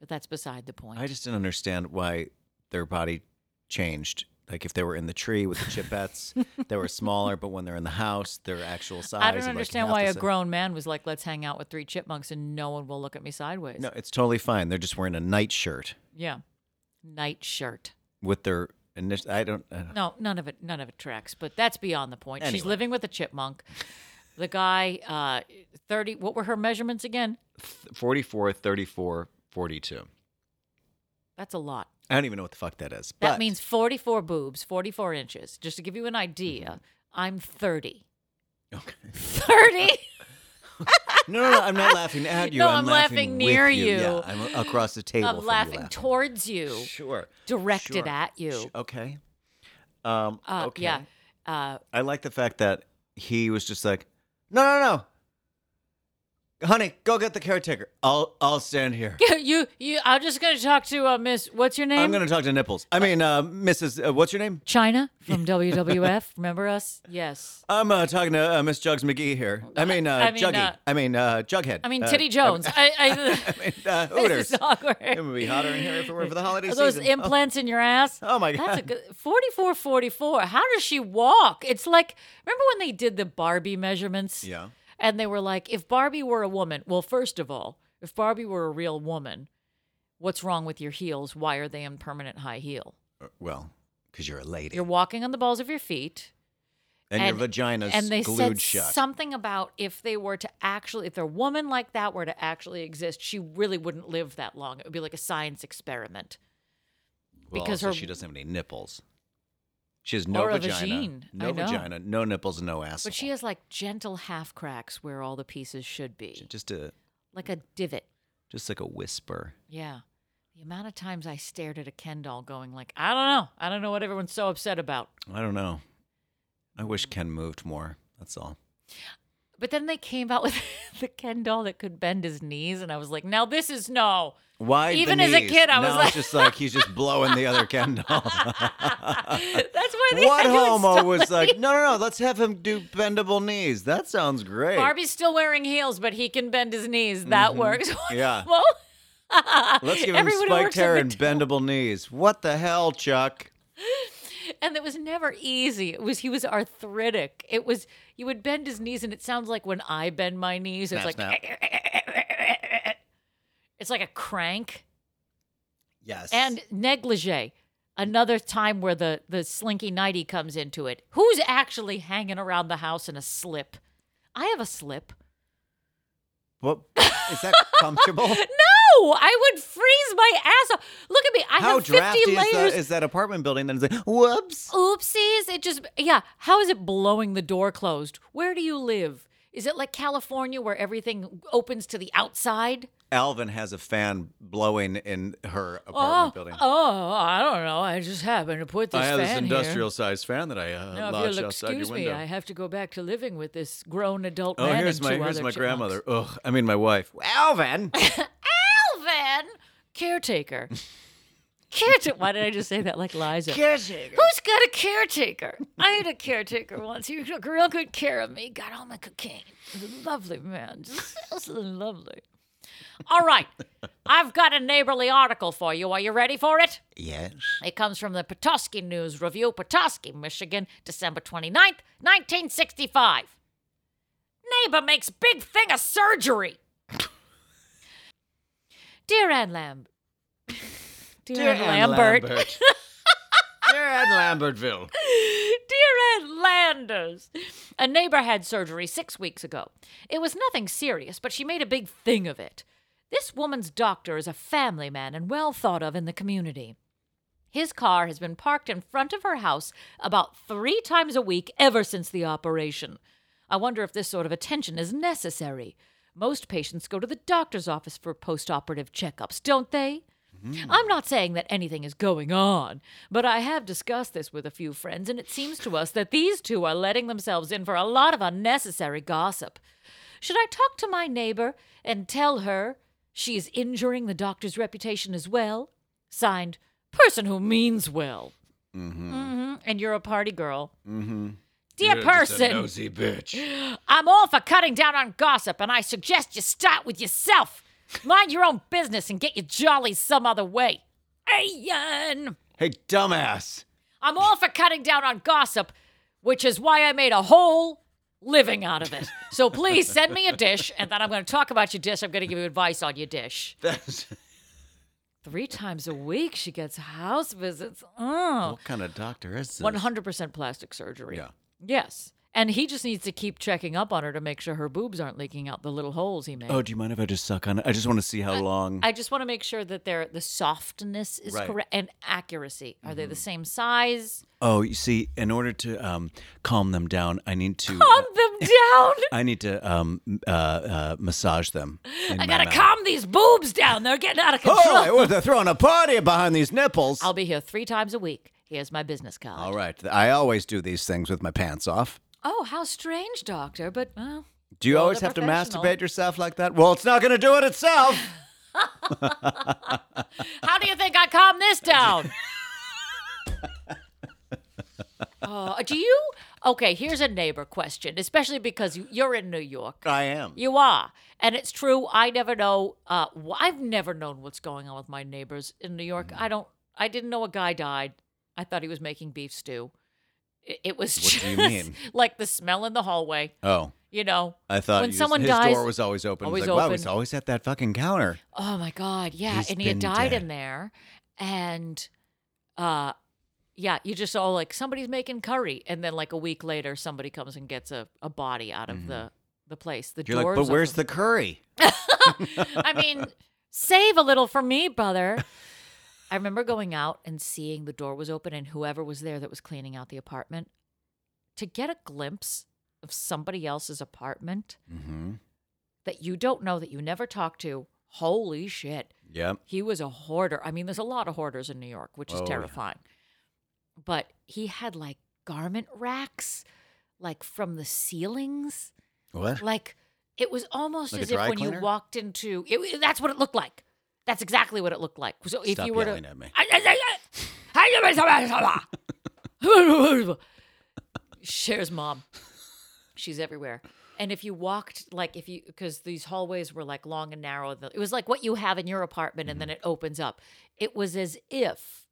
Speaker 5: But that's beside the point.
Speaker 6: I just didn't understand why their body changed. Like if they were in the tree with the chipettes, they were smaller, but when they're in the house, their actual size.
Speaker 5: I don't
Speaker 6: is like
Speaker 5: understand
Speaker 6: half
Speaker 5: why
Speaker 6: the
Speaker 5: a
Speaker 6: si-
Speaker 5: grown man was like, let's hang out with three chipmunks and no one will look at me sideways.
Speaker 6: No, it's totally fine. They're just wearing a nightshirt
Speaker 5: Yeah. Night shirt. with.
Speaker 6: with their initial. I don't. I don't
Speaker 5: No, none of it. None of it tracks. But that's beyond the point. She's
Speaker 6: Anyway.
Speaker 5: living with a chipmunk. The guy, uh, thirty. What were her measurements again?
Speaker 6: 44, 34, 42.
Speaker 5: That's a lot.
Speaker 6: I don't even know what the fuck that is.
Speaker 5: That
Speaker 6: but
Speaker 5: means forty-four boobs, forty-four inches. Just to give you an idea,
Speaker 6: Mm-hmm.
Speaker 5: I'm thirty.
Speaker 6: Okay.
Speaker 5: Thirty.
Speaker 6: No, no, no. I'm not laughing at you.
Speaker 5: No,
Speaker 6: I'm,
Speaker 5: I'm
Speaker 6: laughing,
Speaker 5: laughing
Speaker 6: with
Speaker 5: near you.
Speaker 6: Yeah, I'm across the table.
Speaker 5: I'm
Speaker 6: from you
Speaker 5: laughing towards you,
Speaker 6: Sure.
Speaker 5: directed
Speaker 6: Sure.
Speaker 5: at you.
Speaker 6: Sh- Okay. Um,
Speaker 5: Uh,
Speaker 6: okay.
Speaker 5: Yeah. Uh,
Speaker 6: I like the fact that he was just like, no, no, no. Honey, go get the caretaker. I'll I'll stand here.
Speaker 5: you, you. I'm just gonna talk to uh, Miss. What's your name?
Speaker 6: I'm gonna talk to Nipples. I mean, uh, Mrs. Uh, what's your name?
Speaker 5: China from WWF. Remember us? Yes.
Speaker 6: I'm uh, talking to uh, Miss Jugs McGee here. I mean, uh,
Speaker 5: I mean,
Speaker 6: Juggy.
Speaker 5: uh,
Speaker 6: I mean, uh, Jughead.
Speaker 5: I mean,
Speaker 6: Uh,
Speaker 5: Titty Jones. I, I,
Speaker 6: I mean, uh,
Speaker 5: this
Speaker 6: Hooters.
Speaker 5: is awkward.
Speaker 6: It would be hotter in here if it weren't for the holiday
Speaker 5: Are those
Speaker 6: season. Oh.
Speaker 5: implants in your ass?
Speaker 6: Oh, my
Speaker 5: That's a
Speaker 6: God.
Speaker 5: good 44 44. How does she walk? It's like remember when they did the Barbie measurements?
Speaker 6: Yeah.
Speaker 5: And they were like, if Barbie were a woman, well, first of all, if Barbie were a real woman, what's wrong with your heels? Why are they in permanent high heel?
Speaker 6: Uh, Well, because you're a lady.
Speaker 5: You're walking on the balls of your feet.
Speaker 6: and, your vagina's
Speaker 5: and they
Speaker 6: glued
Speaker 5: said
Speaker 6: shut.
Speaker 5: something about if they were to actually if their woman like that were to actually exist she really wouldn't live that long it would be like a science experiment
Speaker 6: Well,
Speaker 5: because
Speaker 6: also
Speaker 5: her-
Speaker 6: she doesn't have any nipples. She has no
Speaker 5: Or a
Speaker 6: vagina,
Speaker 5: vagine.
Speaker 6: no
Speaker 5: I know.
Speaker 6: vagina, no nipples, no ass.
Speaker 5: but she has like gentle half cracks where all the pieces should be
Speaker 6: just a
Speaker 5: like a divot
Speaker 6: just like a whisper.
Speaker 5: yeah the amount of times i stared at a ken doll going like i don't know i don't know what everyone's so upset about
Speaker 6: I don't know. I wish Ken moved more. That's all.
Speaker 5: but then they came out with the ken doll that could bend his knees and i was like now this is no
Speaker 6: Why the
Speaker 5: Even as a
Speaker 6: knees?
Speaker 5: kid, I was
Speaker 6: now
Speaker 5: like-
Speaker 6: it's just like he's just blowing the other Ken doll.
Speaker 5: that's why they
Speaker 6: Uh, what
Speaker 5: had to
Speaker 6: homo
Speaker 5: install
Speaker 6: was
Speaker 5: it.
Speaker 6: like? No, no, no. Let's have him do bendable knees. That sounds great.
Speaker 5: Barbie's still wearing heels, but he can bend his knees. That works.
Speaker 6: Mm-hmm. Yeah.
Speaker 5: Well,
Speaker 6: Let's give him
Speaker 5: everyone who
Speaker 6: spiked
Speaker 5: works in
Speaker 6: hair
Speaker 5: the
Speaker 6: and
Speaker 5: t-
Speaker 6: bendable knees. What the hell, Chuck?
Speaker 5: and it was never easy. It was he was arthritic. It was you would bend his knees, and it sounds like when I bend my knees, it's
Speaker 6: Snap,
Speaker 5: like eh, it's like a crank
Speaker 6: Yes.
Speaker 5: and negligee. Another time where the the slinky nighty comes into it. Who's actually hanging around the house in a slip? I have a slip.
Speaker 6: Well, is that comfortable?
Speaker 5: No, I would freeze my ass off. Look at me. I
Speaker 6: How
Speaker 5: have 50
Speaker 6: drafty is
Speaker 5: layers.
Speaker 6: that, is that apartment building? Then it's like, whoops.
Speaker 5: Oopsies. It just, yeah. How is it blowing the door closed? Where do you live? Is it like California where everything opens to the outside?
Speaker 6: Alvin has a fan blowing in her apartment building.
Speaker 5: Oh, I don't know. I just happened to put this
Speaker 6: I have this
Speaker 5: fan
Speaker 6: industrial sized fan that I uh,
Speaker 5: Here. Now, if
Speaker 6: lodged
Speaker 5: you'll
Speaker 6: outside your
Speaker 5: excuse me,
Speaker 6: window.
Speaker 5: I have to go back to living with this grown adult
Speaker 6: oh,
Speaker 5: man.
Speaker 6: here's
Speaker 5: and
Speaker 6: my
Speaker 5: two
Speaker 6: here's
Speaker 5: other
Speaker 6: my
Speaker 5: chipmunks.
Speaker 6: grandmother. Ugh, I mean my wife. Alvin.
Speaker 5: Alvin, caretaker. Caretaker. Why did I just say that like Liza?
Speaker 6: Caretaker.
Speaker 5: Who's got a caretaker? I had a caretaker once. He took real good care of me. Got all my cocaine. He was a lovely man. Just absolutely lovely. All right. I've got a neighborly article for you. Are you ready for it?
Speaker 6: Yes.
Speaker 5: It comes from the Petoskey News Review, Petoskey, Michigan, December 29th, 1965. Neighbor makes big thing of surgery. Dear Ann Lamb. Dear, Ann Lambert.
Speaker 6: Dear
Speaker 8: Ed Lambertville.
Speaker 5: Dear Ed Landers, a neighbor had surgery six weeks ago. It was nothing serious, but she made a big thing of it. This woman's doctor is a family man and well thought of in the community. His car has been parked in front of her house about three times a week ever since the operation. I wonder if this sort of attention is necessary. Most patients go to the doctor's office for post operative checkups, don't they? I'm not saying that anything is going on, but I have discussed this with a few friends, and it seems to us that these two are letting themselves in for a lot of unnecessary gossip. Should I talk to my neighbor and tell her she is injuring the doctor's reputation as well? Signed, person who means well. Mm-hmm. And you're a party girl. Mm-hmm. Dear
Speaker 8: You're just a
Speaker 5: person,
Speaker 8: nosy bitch.
Speaker 5: I'm all for cutting down on gossip, and I suggest you start with yourself. Mind your own business and get your jollies some other way. Ayan!
Speaker 8: Hey, dumbass.
Speaker 5: I'm all for cutting down on gossip, which is why I made a whole living out of it. So please send me a dish, and then I'm going to talk about your dish. I'm going to give you advice on your dish.
Speaker 8: That's
Speaker 5: Three times a week, she gets house visits. Oh,
Speaker 6: What kind of doctor is this?
Speaker 5: 100% plastic surgery.
Speaker 6: Yeah.
Speaker 5: Yes. And he just needs to keep checking up on her to make sure her boobs aren't leaking out the little holes he made.
Speaker 6: Oh, do you mind if I just suck on it? I just want to see how long.
Speaker 5: I just want to make sure that they're, the softness is
Speaker 6: Right. Mm-hmm.
Speaker 5: correct and accuracy. Are they the same size?
Speaker 6: oh, you see, in order to um, calm them down, I need to. uh,
Speaker 5: Calm them down.
Speaker 6: I need to um, uh, uh, massage them. in
Speaker 5: I
Speaker 6: my
Speaker 5: gotta
Speaker 6: mouth.
Speaker 5: calm these boobs down. They're getting out of control.
Speaker 6: Oh, well, they're throwing a party behind these nipples.
Speaker 5: I'll be here three times a week. Here's my business card.
Speaker 6: All right. I always do these things with my pants off.
Speaker 5: Oh, how strange, doctor. But well,
Speaker 6: Do you
Speaker 5: Well,
Speaker 6: always
Speaker 5: the
Speaker 6: have to
Speaker 5: professional.
Speaker 6: masturbate yourself like that? Well, it's not going to do it itself.
Speaker 5: how do you think I calm this down? Uh, do you? Okay, here's a neighbor question, especially because you, you're in New York.
Speaker 6: I am.
Speaker 5: You are, and it's true. I never know. Uh, wh- I've never known what's going on with my neighbors in New York.
Speaker 6: Mm.
Speaker 5: I don't. I didn't know a guy died. I thought he was making beef stew. It, it was
Speaker 6: What
Speaker 5: just
Speaker 6: do you mean?
Speaker 5: like the smell in the hallway.
Speaker 6: oh,
Speaker 5: You know,
Speaker 6: I thought
Speaker 5: when
Speaker 6: you-
Speaker 5: someone
Speaker 6: his
Speaker 5: dies,
Speaker 6: door was always open.
Speaker 5: always
Speaker 6: It's like, wow,
Speaker 5: open.
Speaker 6: he's always at that fucking counter.
Speaker 5: oh my god, yeah,
Speaker 6: He's
Speaker 5: and he had
Speaker 6: been
Speaker 5: died
Speaker 6: dead.
Speaker 5: in there, and uh, yeah, you just all like somebody's making curry, and then like a week later, somebody comes and gets a, a body out of the the place. The
Speaker 6: Mm-hmm. You're like,
Speaker 5: doors
Speaker 6: but where's
Speaker 5: open."
Speaker 6: the curry?
Speaker 5: I mean, save a little for me, brother. I remember going out and seeing the door was open and whoever was there that was cleaning out the apartment to get a glimpse of somebody else's apartment
Speaker 6: Mm-hmm.
Speaker 5: that you don't know that you never talk to. Holy shit.
Speaker 6: Yep.
Speaker 5: He was a hoarder. I mean, there's a lot of hoarders in New York, which is
Speaker 6: Oh, yeah.
Speaker 5: terrifying. But he had like garment racks like from the ceilings
Speaker 6: What?
Speaker 5: like it was almost
Speaker 6: Like a
Speaker 5: as if
Speaker 6: dry
Speaker 5: when
Speaker 6: cleaner?
Speaker 5: you walked into it, that's what it looked like. That's exactly what it looked like. So if
Speaker 6: Stop
Speaker 5: you were to,
Speaker 6: yelling at me.
Speaker 5: Cher's mom. She's everywhere. And if you walked like if you because these hallways were like long and narrow, the- it was like what you have in your apartment, and then it opens up. It was as if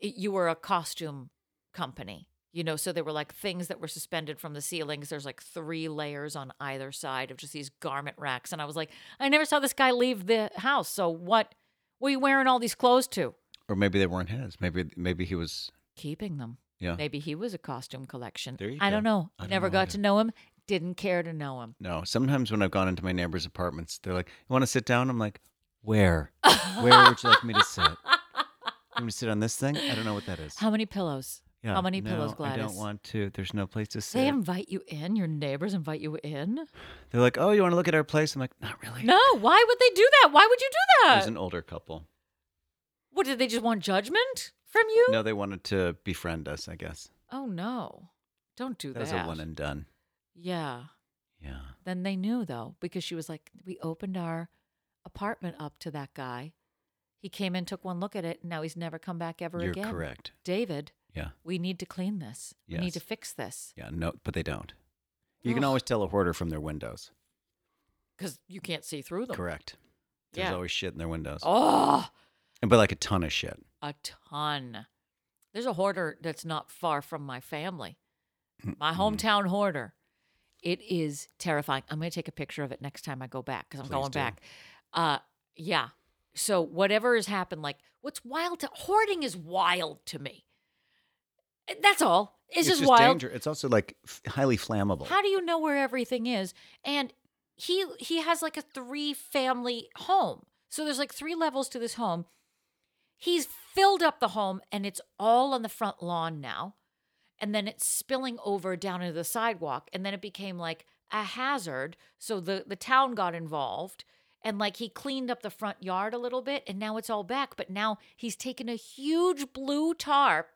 Speaker 5: it, you were a costume company, you know. So there were like things that were suspended from the ceilings. There's like three layers on either side of just these garment racks, and I was like, I never saw this guy leave the house. So what were you wearing all these clothes to?
Speaker 6: Or maybe they weren't his. Maybe maybe he was.
Speaker 5: Keeping them.
Speaker 6: Yeah.
Speaker 5: Maybe he was a costume collection.
Speaker 6: There you
Speaker 5: I
Speaker 6: go.
Speaker 5: don't know.
Speaker 6: I don't
Speaker 5: Never
Speaker 6: know
Speaker 5: got
Speaker 6: either.
Speaker 5: to know him. Didn't care to know him.
Speaker 6: No. Sometimes when I've gone into my neighbors' apartments, they're like, "You want to sit down?" I'm like, "Where? Where would you like me to sit? You want me to sit on this thing? I don't know what that is.
Speaker 5: How many pillows?
Speaker 6: Yeah,
Speaker 5: How many
Speaker 6: no,
Speaker 5: pillows, Gladys?
Speaker 6: I don't want to. There's no place to sit.
Speaker 5: they invite you in. Your neighbors invite you in.
Speaker 6: They're like, "Oh, you want to look at our place?" I'm like, "Not really."
Speaker 5: No, why would they do that? Why would you do
Speaker 6: It
Speaker 5: that?
Speaker 6: was an older couple.
Speaker 5: what did they just want judgment from you?
Speaker 6: No, they wanted to befriend us. I guess
Speaker 5: Oh no, don't do
Speaker 6: that was a one and done.
Speaker 5: Yeah.
Speaker 6: Yeah.
Speaker 5: Then they knew though because she was like, we opened our apartment up to that guy. He came in, took one look at it, and now he's never come back ever
Speaker 6: You're
Speaker 5: again.
Speaker 6: correct.
Speaker 5: David,
Speaker 6: Yeah.
Speaker 5: we need to clean this. We need to
Speaker 6: Yes.
Speaker 5: fix this
Speaker 6: Yeah. No, but they don't. You can always tell a hoarder from their windows.
Speaker 5: because you can't see through them.
Speaker 6: Correct. There's
Speaker 5: Yeah.
Speaker 6: always shit in their windows.
Speaker 5: Oh,
Speaker 6: And but like a ton of shit.
Speaker 5: a ton. There's a hoarder that's not far from my family. My
Speaker 6: Hmm.
Speaker 5: hometown hoarder. It is terrifying. I'm going to take a picture of it next time I go back because I'm going
Speaker 6: do.
Speaker 5: back. Uh, yeah. So whatever has happened, like what's wild to hoarding is wild to me. That's all. It's,
Speaker 6: it's
Speaker 5: just,
Speaker 6: just
Speaker 5: wild.
Speaker 6: danger. It's also like f- highly flammable.
Speaker 5: How do you know where everything is? And he he has like a three family home. So there's like three levels to this home. He's filled up the home and it's all on the front lawn now. And then it's spilling over down into the sidewalk and then it became like a hazard. So the the town got involved and like he cleaned up the front yard a little bit and now it's all back, but now he's taken a huge blue tarp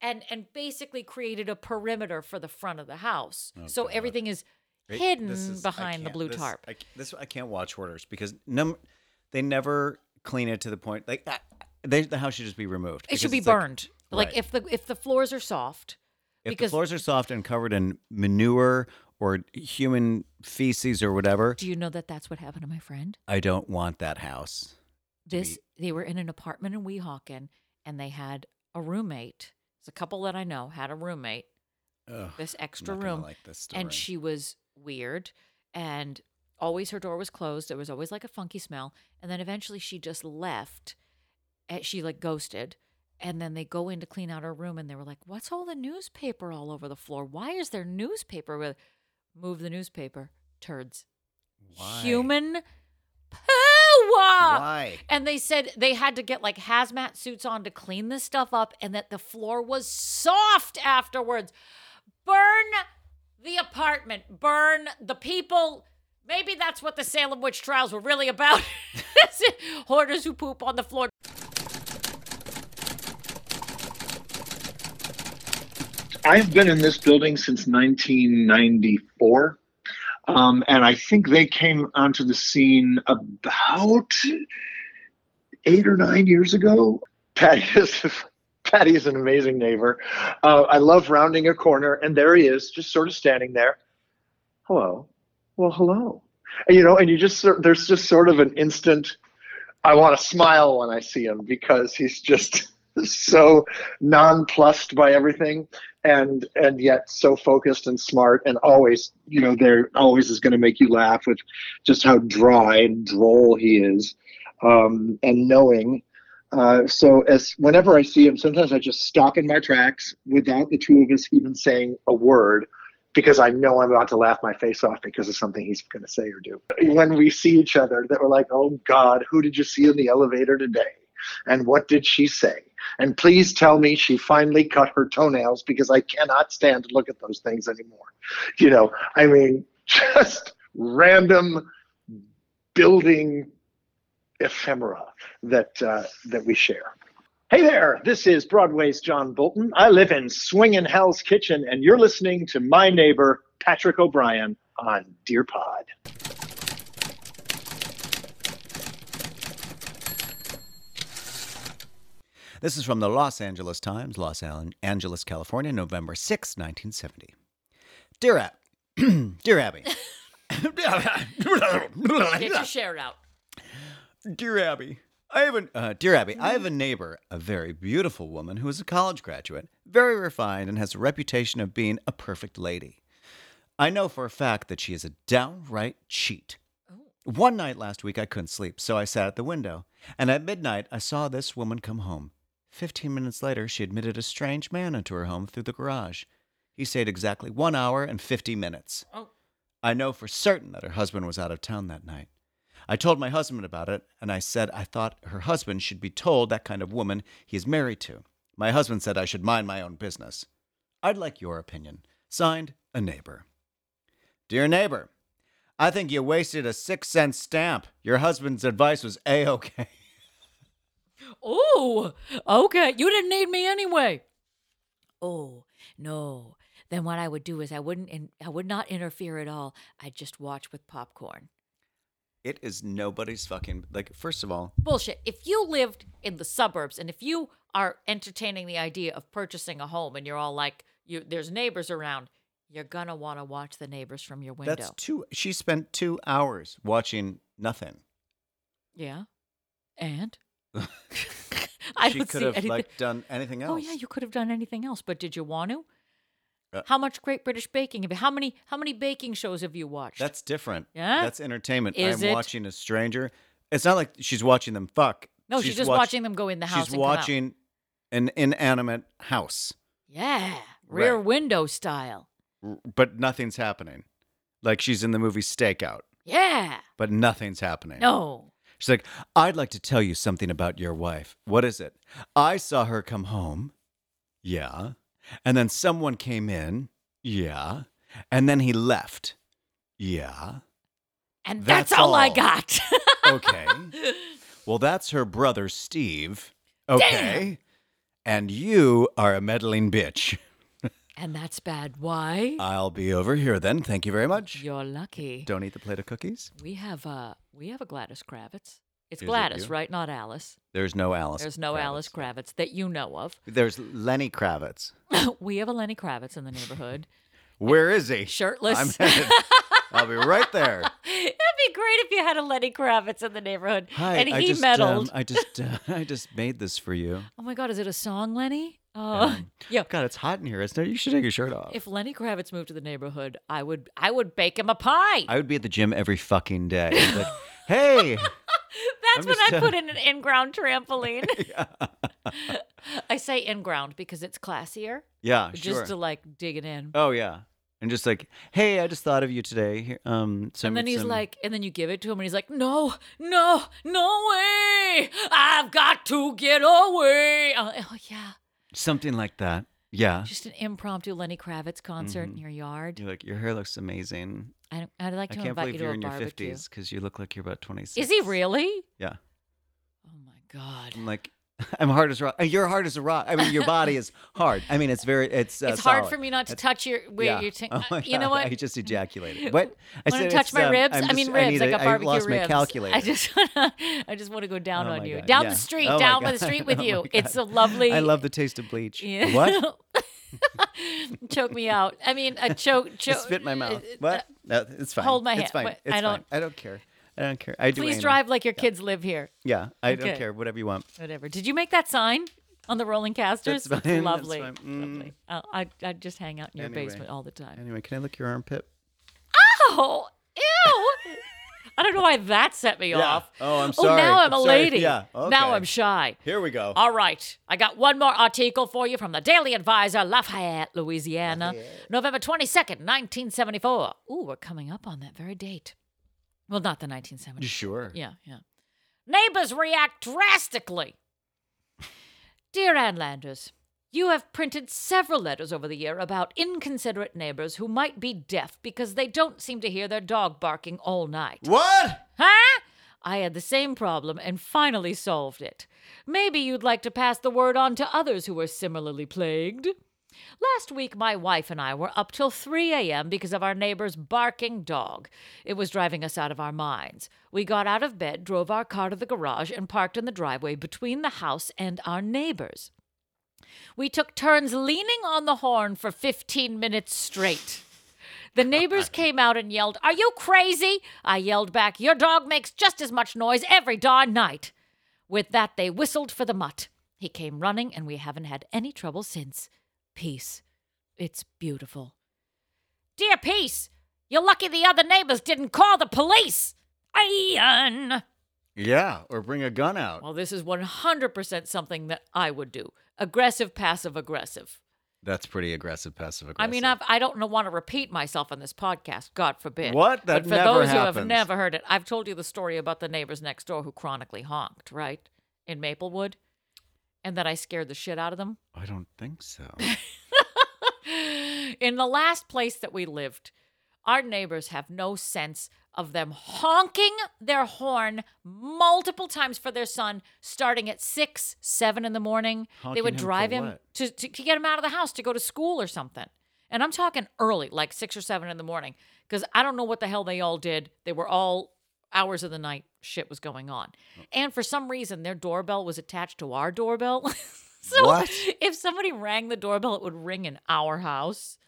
Speaker 5: and and basically created a perimeter for the front of the house. so everything is
Speaker 6: Oh, It-
Speaker 5: hidden
Speaker 6: this is- I
Speaker 5: behind the
Speaker 6: can't-
Speaker 5: blue
Speaker 6: this-
Speaker 5: tarp.
Speaker 6: I, c- this I can't watch orders because num they never clean it to the point like that. They, the house should just be removed.
Speaker 5: it
Speaker 6: because
Speaker 5: should be
Speaker 6: it's like-
Speaker 5: burned. Like,
Speaker 6: Right.
Speaker 5: if the if the floors are soft,
Speaker 6: if
Speaker 5: because
Speaker 6: the floors are soft and covered in manure or human feces or whatever,
Speaker 5: do you know that that's what happened to my friend?
Speaker 6: I don't want that house.
Speaker 5: This they were in an apartment in Weehawken and they had a roommate. It's a couple that I know had a roommate.
Speaker 6: Ugh,
Speaker 5: This
Speaker 6: I'm
Speaker 5: extra
Speaker 6: not gonna
Speaker 5: room.
Speaker 6: like this story.
Speaker 5: and she was weird and always her door was closed there was always like a funky smell and then eventually she just left and she like ghosted and then they go in to clean out her room and they were like what's all the newspaper all over the floor why is there newspaper with move the newspaper turds
Speaker 6: Why?
Speaker 5: human poo
Speaker 6: Why?
Speaker 5: and they said they had to get like hazmat suits on to clean this stuff up and that the floor was soft afterwards. Burn the apartment, burn the people. Maybe that's what the Salem witch trials were really about. Hoarders who poop on the floor.
Speaker 9: I've been in this building since 1994. Um, and I think they came onto the scene about eight or nine years ago. Patty is, Patty is an amazing neighbor. Uh, I love rounding a corner, and there he is, just sort of standing there. Hello. Well, hello. And, you know, and you just, sort- there's just sort of an instant, I want to smile when I see him because he's just so nonplussed by everything and and yet so focused and smart and always you know there always is going to make you laugh with just how dry and droll he is um, and knowing uh, so as whenever i see him sometimes i just stop in my tracks without the two of us even saying a word because i know i'm about to laugh my face off because of something he's going to say or do when we see each other that we're like oh god who did you see in the elevator today and what did she say and please tell me she finally cut her toenails because I cannot stand to look at those things anymore. You know, I mean, just random building ephemera that uh, that we share. Hey there, this is Broadway's John Bolton. I live in Swingin' Hell's Kitchen, and you're listening to my neighbor Patrick O'Brien on Dear Pod.
Speaker 6: This is from the Los Angeles Times, Los Al- Angeles, California, November 6, 1970. Dear, Ab- Dear Abby.
Speaker 5: Get your share out.
Speaker 6: Dear Abby, I have an uh, Dear Abby, I have a neighbor, a very beautiful woman who is a college graduate, very refined, and has a reputation of being a perfect lady. I know for a fact that she is a downright cheat. One night last week, I couldn't sleep, so I sat at the window, and at midnight, I saw this woman come home. Fifteen minutes later, she admitted a strange man into her home through the garage. He stayed exactly one hour and fifty minutes.
Speaker 5: Oh.
Speaker 6: I know for certain that her husband was out of town that night. I told my husband about it, and I said I thought her husband should be told that kind of woman he is married to. My husband said I should mind my own business. I'd like your opinion. Signed, a neighbor. Dear neighbor, I think you wasted a six cent stamp. Your husband's advice was A OK.
Speaker 5: Ooh, okay. You didn't need me anyway. Oh, no. Then what I would do is I wouldn't in, I would not interfere at all. I'd just watch with popcorn.
Speaker 6: It is nobody's fucking. Like, first of all,
Speaker 5: bullshit. If you lived in the suburbs and if you are entertaining the idea of purchasing a home and you're all like, you there's neighbors around, you're gonna want to watch the neighbors from your window.
Speaker 6: that's two. She spent two hours watching nothing.
Speaker 5: yeah, and I
Speaker 6: she
Speaker 5: don't
Speaker 6: could
Speaker 5: see
Speaker 6: have
Speaker 5: anything.
Speaker 6: like done anything else.
Speaker 5: oh yeah, you could have done anything else, but did you want to?
Speaker 6: Uh,
Speaker 5: how much Great British Baking? have you- How many? How many baking shows have you watched?
Speaker 6: That's different.
Speaker 5: Yeah?
Speaker 6: That's entertainment.
Speaker 5: Is
Speaker 6: I'm
Speaker 5: it?
Speaker 6: watching a stranger. It's not like she's watching them fuck.
Speaker 5: no, she's, just
Speaker 6: watch-
Speaker 5: watching them go in the house.
Speaker 6: She's
Speaker 5: and come out.
Speaker 6: watching an inanimate house.
Speaker 5: Yeah. Rear
Speaker 6: Right.
Speaker 5: window style.
Speaker 6: but nothing's happening. Like she's in the movie Stakeout,
Speaker 5: Yeah.
Speaker 6: but nothing's happening.
Speaker 5: No.
Speaker 6: She's like, I'd like to tell you something about your wife. What is it? I saw her come home. Yeah. And then someone came in. Yeah. And then he left. Yeah.
Speaker 5: And that's,
Speaker 6: That's
Speaker 5: all, I
Speaker 6: all.
Speaker 5: got.
Speaker 6: Okay. well, that's her brother, Steve. Okay. And you are a meddling bitch.
Speaker 5: and that's bad. Why?
Speaker 6: I'll be over here then. Thank you very much.
Speaker 5: You're lucky.
Speaker 6: Don't eat the plate of cookies.
Speaker 5: We have a we have a Gladys Kravitz. It's
Speaker 6: Is it
Speaker 5: Gladys,
Speaker 6: you?
Speaker 5: right? Not Alice.
Speaker 6: There's no Alice.
Speaker 5: There's no
Speaker 6: Kravitz.
Speaker 5: Alice Kravitz that you know of.
Speaker 6: There's Lenny Kravitz.
Speaker 5: we have a Lenny Kravitz in the neighborhood.
Speaker 6: Where is he?
Speaker 5: Shirtless.
Speaker 6: I'm headed. I'll be right there.
Speaker 5: It'd be great if you had a Lenny Kravitz in the neighborhood
Speaker 6: Hi,
Speaker 5: and
Speaker 6: I
Speaker 5: he
Speaker 6: just,
Speaker 5: meddled.
Speaker 6: um, I just, uh, I just made this for you.
Speaker 5: oh my God, is it a song, Lenny? Oh,
Speaker 6: Um,
Speaker 5: yeah.
Speaker 6: God, it's hot in here, isn't it? You should take your shirt off.
Speaker 5: If Lenny Kravitz moved to the neighborhood, I would I would bake him a pie.
Speaker 6: I would be at the gym every fucking day. Like, hey,
Speaker 5: That's
Speaker 6: I'm
Speaker 5: when
Speaker 6: just uh,
Speaker 5: I
Speaker 6: tell-
Speaker 5: put in an in-ground trampoline. I say in-ground because it's classier.
Speaker 6: yeah, sure.
Speaker 5: Just to like dig it in.
Speaker 6: oh yeah, and just like, hey, I just thought of you today. Here, um, some,
Speaker 5: And then he's
Speaker 6: some-
Speaker 5: like, and then you give it to him, and he's like, no, no, no way. I've got to get away. I'm like, oh, yeah.
Speaker 6: something like that. Yeah,
Speaker 5: Just an impromptu Lenny Kravitz concert
Speaker 6: Mm-hmm.
Speaker 5: in your yard.
Speaker 6: you're like, your hair looks amazing.
Speaker 5: I, I'd like
Speaker 6: I
Speaker 5: to
Speaker 6: can't
Speaker 5: invite you
Speaker 6: believe
Speaker 5: to
Speaker 6: you're
Speaker 5: a
Speaker 6: in your
Speaker 5: barbecue.
Speaker 6: fifties because you look like you're about twenty
Speaker 5: Is
Speaker 6: six.
Speaker 5: he really?
Speaker 6: Yeah, Mm,
Speaker 5: Oh, my God.
Speaker 6: I'm like. I'm hard as a rock. You're hard as a rock. I mean, your body is hard. I mean, it's very. It's uh,
Speaker 5: it's hard
Speaker 6: solid.
Speaker 5: for me not to touch your, where
Speaker 6: Yeah.
Speaker 5: your, t-
Speaker 6: Oh my
Speaker 5: you know
Speaker 6: God,
Speaker 5: what?
Speaker 6: I just ejaculated. What? I
Speaker 5: want to
Speaker 6: said
Speaker 5: touch
Speaker 6: it's,
Speaker 5: my
Speaker 6: um,
Speaker 5: ribs?
Speaker 6: I'm
Speaker 5: i mean
Speaker 6: just-
Speaker 5: ribs. I,
Speaker 6: need
Speaker 5: got
Speaker 6: a-
Speaker 5: barbecue
Speaker 6: I lost
Speaker 5: ribs.
Speaker 6: my calculator.
Speaker 5: I just wanna, I just want to go down
Speaker 6: Oh
Speaker 5: on
Speaker 6: my
Speaker 5: you,
Speaker 6: God,
Speaker 5: down
Speaker 6: yeah.
Speaker 5: the street,
Speaker 6: Oh my
Speaker 5: down by the
Speaker 6: God.
Speaker 5: street with
Speaker 6: Oh
Speaker 5: you.
Speaker 6: my
Speaker 5: it's a
Speaker 6: God.
Speaker 5: lovely.
Speaker 6: I love the taste of bleach.
Speaker 5: Yeah.
Speaker 6: What?
Speaker 5: choke me out. I mean, a choke,
Speaker 6: I
Speaker 5: choke.
Speaker 6: spit in my mouth.
Speaker 5: uh,
Speaker 6: What? No, it's fine.
Speaker 5: hold my
Speaker 6: it's
Speaker 5: hand.
Speaker 6: Fine.
Speaker 5: What?
Speaker 6: It's
Speaker 5: I
Speaker 6: fine.
Speaker 5: don't-
Speaker 6: I don't care. I don't care. I do.
Speaker 5: Please
Speaker 6: anal.
Speaker 5: drive like your kids live here.
Speaker 6: Yeah, I
Speaker 5: Okay.
Speaker 6: don't care. Whatever you want.
Speaker 5: Whatever. Did you make that sign on the rolling casters? It's
Speaker 6: That's fine, that's
Speaker 5: lovely.
Speaker 6: fine. Mm.
Speaker 5: Lovely. Uh, I I just hang out in your
Speaker 6: Anyway.
Speaker 5: basement all the time.
Speaker 6: Anyway, can I lick your armpit?
Speaker 5: Oh, ew. I don't know why that set me off.
Speaker 6: Oh, I'm
Speaker 5: Oh,
Speaker 6: sorry.
Speaker 5: now I'm, a
Speaker 6: sorry.
Speaker 5: lady.
Speaker 6: Yeah.
Speaker 5: Now
Speaker 6: okay.
Speaker 5: I'm shy.
Speaker 6: Here we go.
Speaker 5: All right. I got one more article for you from the Daily Advisor, Lafayette, Louisiana, November 22nd, 1974. Ooh, we're coming up on that very date. Well, not the 1970s.
Speaker 6: Sure.
Speaker 5: Yeah, yeah. Neighbors react drastically. Dear Ann Landers, you have printed several letters over the year about inconsiderate neighbors who might be deaf because they don't seem to hear their dog barking all night.
Speaker 6: What?
Speaker 5: Huh? I had the same problem and finally solved it. Maybe you'd like to pass the word on to others who are similarly plagued. Last week, my wife and I were up till 3 a.m. because of our neighbor's barking dog. It was driving us out of our minds. We got out of bed, drove our car to the garage, and parked in the driveway between the house and our neighbor's. We took turns leaning on the horn for 15 minutes straight. The neighbors came out and yelled, Are you crazy? I yelled back, Your dog makes just as much noise every darn night. With that, they whistled for the mutt. He came running, and we haven't had any trouble since. Peace. It's beautiful. Dear Peace, you're lucky the other neighbors didn't call the police. Ian!
Speaker 6: Yeah. Or bring a gun out.
Speaker 5: Well, this is 100% something that I would do aggressive, passive aggressive.
Speaker 6: That's pretty aggressive, passive
Speaker 5: I
Speaker 6: aggressive.
Speaker 5: mean, I've, I don't want to repeat myself on this podcast. God forbid. but
Speaker 6: What? That
Speaker 5: for
Speaker 6: never
Speaker 5: those who have
Speaker 6: happens.
Speaker 5: never heard it, I've told you the story about the neighbors next door who chronically honked, right, in Maplewood, and that I scared the shit out of them.
Speaker 6: I don't think so.
Speaker 5: In the last place that we lived, our neighbors have no sense of them honking their horn multiple times for their son, starting at six, seven in the morning. they
Speaker 6: Honking
Speaker 5: would
Speaker 6: him for
Speaker 5: drive him
Speaker 6: what?
Speaker 5: to, to, to get him out of the house to go to school or something. And I'm talking early, like six or seven in the morning, because I don't know what the hell they all did. They were all hours of the night shit was going on. And for some reason, their doorbell was attached to our doorbell. so
Speaker 6: What?
Speaker 5: if somebody rang the doorbell, it would ring in our house.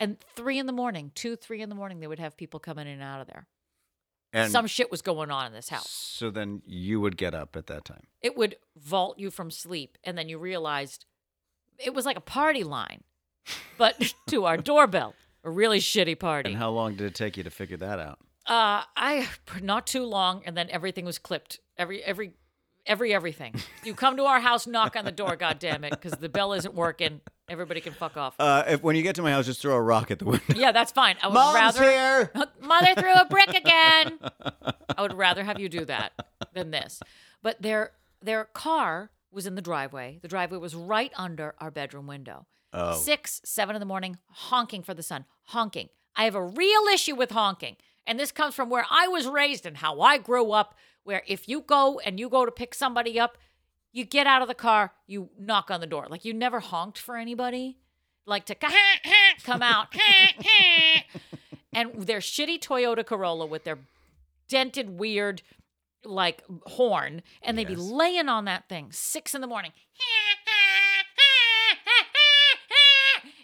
Speaker 5: And three in the morning, two, three in the morning, they would have people coming in and out of there.
Speaker 6: And
Speaker 5: Some shit was going on in this house.
Speaker 6: so then you would get up at that time.
Speaker 5: It would vault you from sleep. And then you realized it was like a party line, but to our doorbell, a really shitty party.
Speaker 6: And how long did it take you to figure that out?
Speaker 5: Uh, I not too long, and then everything was clipped. Every every every everything. You come to our house, knock on the door, goddammit, because the bell isn't working. Everybody can fuck off.
Speaker 6: Uh, if, when you get to my house, just throw a rock at the window.
Speaker 5: yeah, that's fine. I would
Speaker 6: Mom's
Speaker 5: rather
Speaker 6: here.
Speaker 5: mother threw a brick again. I would rather have you do that than this. But their their car was in the driveway. The driveway was right under our bedroom window. Six, seven in the morning, honking for the sun, honking. I have a real issue with honking. And this comes from where I was raised and how I grew up, where if you go and you go to pick somebody up, you get out of the car, you knock on the door. Like you never honked for anybody. Like to come out. and their shitty Toyota Corolla with their dented, weird, like horn, and they'd be laying on that thing six in the morning.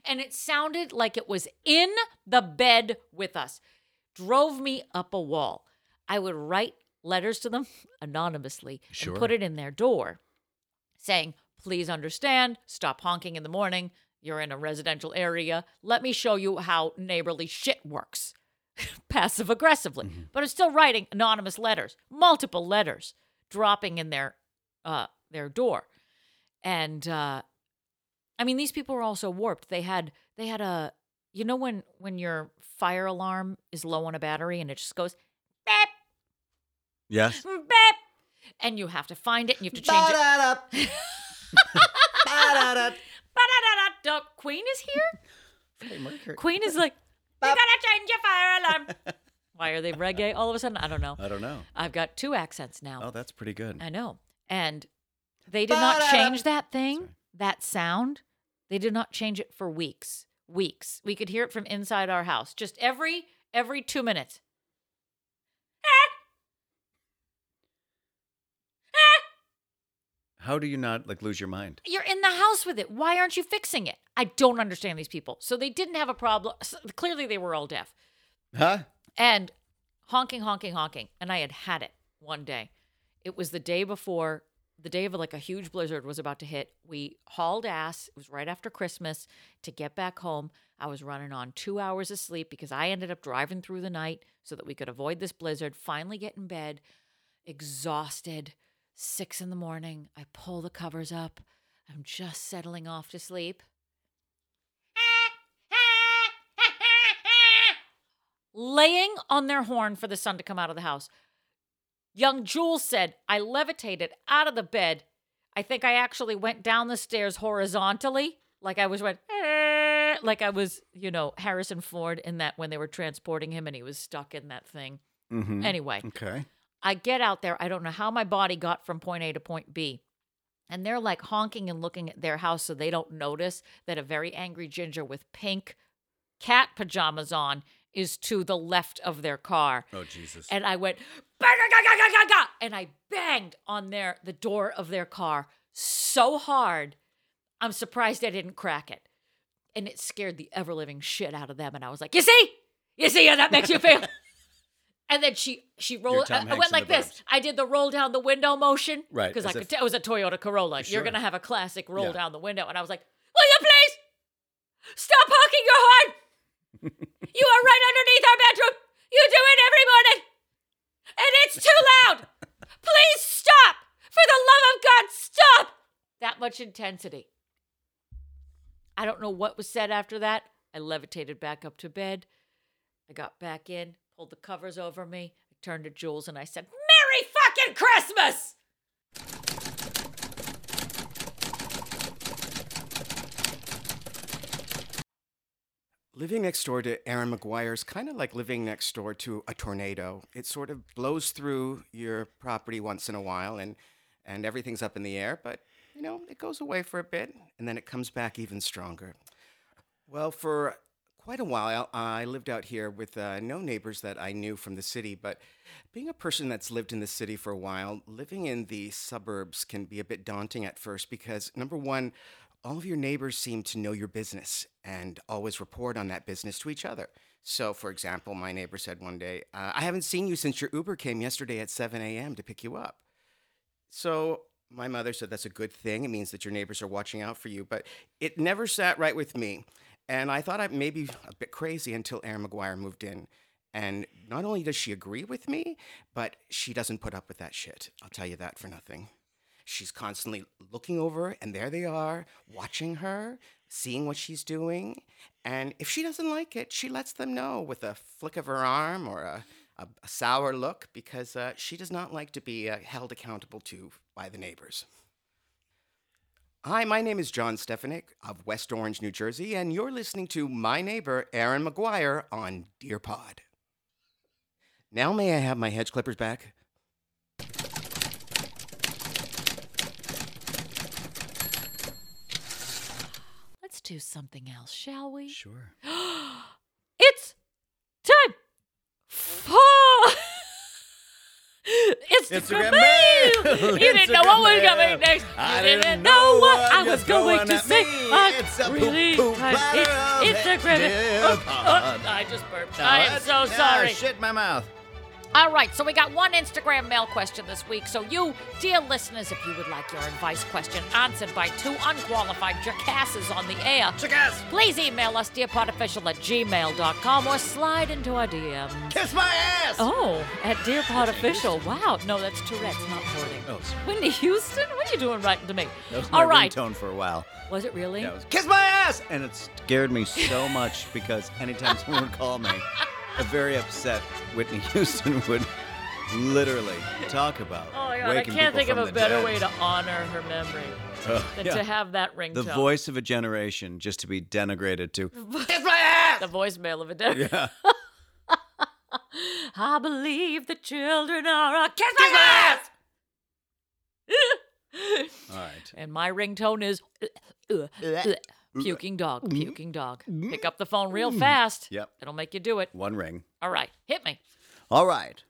Speaker 5: And it sounded like it was in the bed with us. Drove me up a wall. I would write letters to them anonymously and put it in their door saying, Please understand, stop honking in the morning. You're in a residential area. Let me show you how neighborly shit works passive aggressively, but I'm still writing anonymous letters, multiple letters, dropping in their uh, their door, and uh, I mean these people were also warped. They had they had a you know when when your fire alarm is low on a battery and it just goes beep
Speaker 6: Yes.
Speaker 5: beep, and you have to find it and you have to change it. Ba-da-da-da-da. Queen is here. Queen is like, you gotta change your fire alarm. Why are they reggae all of a sudden? I don't know.
Speaker 6: I don't know.
Speaker 5: I've got two accents now.
Speaker 6: Oh, that's pretty good.
Speaker 5: I know. And they did not change that thing, that sound. They did not change it for weeks. Weeks. We could hear it from inside our house. Just every every 2 minutes.
Speaker 6: How do you not like lose your mind?
Speaker 5: You're in the house with it. Why aren't you fixing it? I don't understand these people. So they didn't have a problem. so clearly they were all deaf.
Speaker 6: Huh?
Speaker 5: And honking, honking, honking. And I had had it one day. It was the day before, the day of like a huge blizzard was about to hit. We hauled ass. It was right after Christmas to get back home. I was running on two hours of sleep because I ended up driving through the night so that we could avoid this blizzard. Finally, get in bed, exhausted. Six in the morning, I pull the covers up. I'm just settling off to sleep. laying on their horn for the sun to come out of the house. Young Jules said, I levitated out of the bed. I think I actually went down the stairs horizontally, like I was went, "Eh," like I was, you know, Harrison Ford in that when they were transporting him and he was stuck in that thing.
Speaker 6: Mm-hmm.
Speaker 5: Anyway,
Speaker 6: Okay.
Speaker 5: I get out there. I don't know how my body got from point A to point B. And they're like honking and looking at their house so they don't notice that a very angry ginger with pink cat pajamas on is to the left of their car.
Speaker 6: Oh Jesus.
Speaker 5: And I went, "Ba-ga-ga-ga-ga-ga-ga," and I banged on their the door of their car so hard, I'm surprised I didn't crack it. And it scared the ever living shit out of them. And I was like, you see? You see how that makes you feel? and then she she rolled.
Speaker 6: Tom
Speaker 5: I, I
Speaker 6: Hanks
Speaker 5: went
Speaker 6: in
Speaker 5: like
Speaker 6: the
Speaker 5: this.
Speaker 6: Burbs.
Speaker 5: I did the roll down the window motion.
Speaker 6: Right,
Speaker 5: Because I
Speaker 6: as
Speaker 5: could
Speaker 6: if-
Speaker 5: tell it was a Toyota Corolla.
Speaker 6: Sure.
Speaker 5: You're gonna have a classic roll
Speaker 6: Yeah.
Speaker 5: down the window. And I was like, will you please stop honking your horn? You are right underneath our bedroom. You do it every morning. And it's too loud. Please stop. For the love of God, stop. That much intensity. I don't know what was said after that. I levitated back up to bed. I got back in, pulled the covers over me. I turned to Jules and I said, Merry fucking Christmas!
Speaker 10: Living next door to Aaron McGuire is kind of like living next door to a tornado. It sort of blows through your property once in a while and, and everything's up in the air, but you know, it goes away for a bit and then it comes back even stronger. Well, for quite a while, I lived out here with uh, no neighbors that I knew from the city, but being a person that's lived in the city for a while, living in the suburbs can be a bit daunting at first because, number one, all of your neighbors seem to know your business and always report on that business to each other. So, for example, my neighbor said one day, uh, I haven't seen you since your Uber came yesterday at 7 a.m. to pick you up. So my mother said that's a good thing. It means that your neighbors are watching out for you, but it never sat right with me. And I thought I may be a bit crazy until Erin McGuire moved in. And not only does she agree with me, but she doesn't put up with that shit. I'll tell you that for nothing. She's constantly looking over, and there they are, watching her, seeing what she's doing. And if she doesn't like it, she lets them know with a flick of her arm or a, a, a sour look because uh, she does not like to be uh, held accountable to by the neighbors. Hi, my name is John Stefanik of West Orange, New Jersey, and you're listening to my neighbor, Aaron McGuire, on Dear Pod. Now, may I have my hedge clippers back?
Speaker 5: Let's do something else, shall we?
Speaker 6: Sure.
Speaker 5: It's time for Instagram
Speaker 6: Instagram
Speaker 5: mail.
Speaker 6: mail.
Speaker 5: You didn't know what was
Speaker 6: Instagram
Speaker 5: coming
Speaker 6: mail.
Speaker 5: next.
Speaker 6: I
Speaker 5: you didn't,
Speaker 6: didn't
Speaker 5: know
Speaker 6: know
Speaker 5: what
Speaker 6: what
Speaker 5: I
Speaker 6: you're
Speaker 5: was going
Speaker 6: throwing
Speaker 5: to
Speaker 6: at
Speaker 5: say.
Speaker 6: me.
Speaker 5: I'm
Speaker 6: It's a
Speaker 5: really
Speaker 6: poo-poo
Speaker 5: tired.
Speaker 6: platter
Speaker 5: It-
Speaker 6: of
Speaker 5: Instagram mail.
Speaker 6: Dear
Speaker 5: Oh, oh,
Speaker 6: Pod.
Speaker 5: I just burped.
Speaker 6: No,
Speaker 5: I am so
Speaker 6: that's- ah,
Speaker 5: sorry.
Speaker 6: Shit in my mouth.
Speaker 5: All right, so we got one Instagram mail question this week. So, you, dear listeners, if you would like your advice question answered by two unqualified jackasses on the air, please email us, dearpodofficial at gmail.com, or slide into our DMs.
Speaker 6: Kiss my ass.
Speaker 5: Oh, at dearpodofficial. Wow. No, that's Tourette's, not Porting.
Speaker 6: Oh, sorry.
Speaker 5: Whitney Houston? What are you doing writing to me?
Speaker 6: That was my
Speaker 5: All right.
Speaker 6: ringtone for a while.
Speaker 5: Was it really?
Speaker 6: Yeah, it was, Kiss my ass, and it scared me so much because anytime someone would call me, a very upset Whitney Houston would literally talk about.
Speaker 5: Oh my god, I
Speaker 6: waking
Speaker 5: can't
Speaker 6: people
Speaker 5: think of
Speaker 6: from
Speaker 5: a
Speaker 6: the
Speaker 5: better
Speaker 6: dead.
Speaker 5: way to honor her memory
Speaker 6: Ugh,
Speaker 5: than
Speaker 6: yeah.
Speaker 5: to have that ringtone.
Speaker 6: the voice of a generation just to be denigrated to.
Speaker 5: the voicemail of a dead.
Speaker 6: Yeah.
Speaker 5: I believe the children are a kiss my ass!
Speaker 6: All right.
Speaker 5: and my ringtone is uh, puking dog, puking dog. Pick up the phone real fast.
Speaker 6: Mm-hmm. Yep.
Speaker 5: It'll make you do it.
Speaker 6: One ring.
Speaker 5: All right, hit me.
Speaker 6: All right.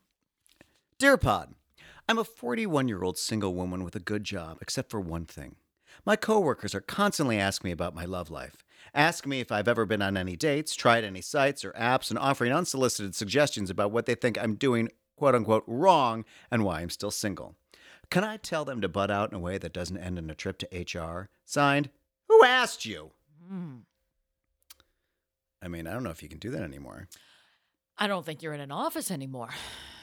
Speaker 6: Dear Pod, I'm a 41 year old single woman with a good job, except for one thing. My coworkers are constantly asking me about my love life, asking me if I've ever been on any dates, tried any sites or apps, and offering unsolicited suggestions about what they think I'm doing, quote unquote, wrong and why I'm still single. Can I tell them to butt out in a way that doesn't end in a trip to HR? Signed, Who asked you? I mean, I don't know if you can do that anymore.
Speaker 5: I don't think you're in an office anymore.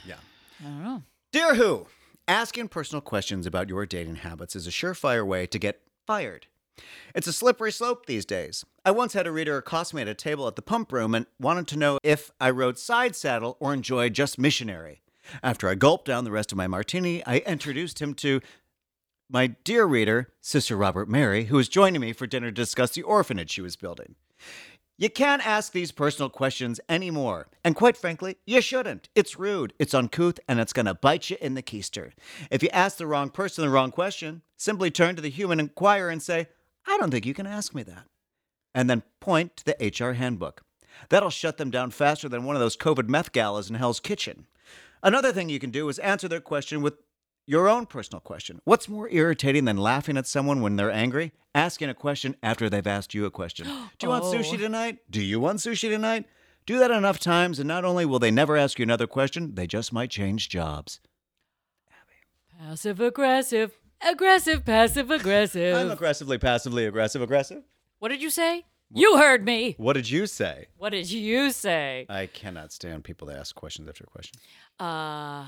Speaker 6: Yeah.
Speaker 5: I don't know.
Speaker 6: Dear Who, asking personal questions about your dating habits is a surefire way to get fired. It's a slippery slope these days. I once had a reader accost me at a table at the pump room and wanted to know if I rode side saddle or enjoyed just missionary. After I gulped down the rest of my martini, I introduced him to my dear reader, Sister Robert Mary, who was joining me for dinner to discuss the orphanage she was building. You can't ask these personal questions anymore. And quite frankly, you shouldn't. It's rude, it's uncouth, and it's going to bite you in the keister. If you ask the wrong person the wrong question, simply turn to the human inquirer and say, I don't think you can ask me that. And then point to the HR handbook. That'll shut them down faster than one of those COVID meth galas in Hell's Kitchen. Another thing you can do is answer their question with your own personal question. What's more irritating than laughing at someone when they're angry? Asking a question after they've asked you a question. Do you want
Speaker 5: Oh.
Speaker 6: sushi tonight? Do you want sushi tonight? Do that enough times, and not only will they never ask you another question, they just might change jobs.
Speaker 5: Passive aggressive, aggressive, passive
Speaker 6: I'm
Speaker 5: aggressive.
Speaker 6: aggressively, passively aggressive, aggressive.
Speaker 5: what did you say? You heard me.
Speaker 6: What did you say?
Speaker 5: What did you say?
Speaker 6: I cannot stand people that ask questions after questions.
Speaker 5: Uh,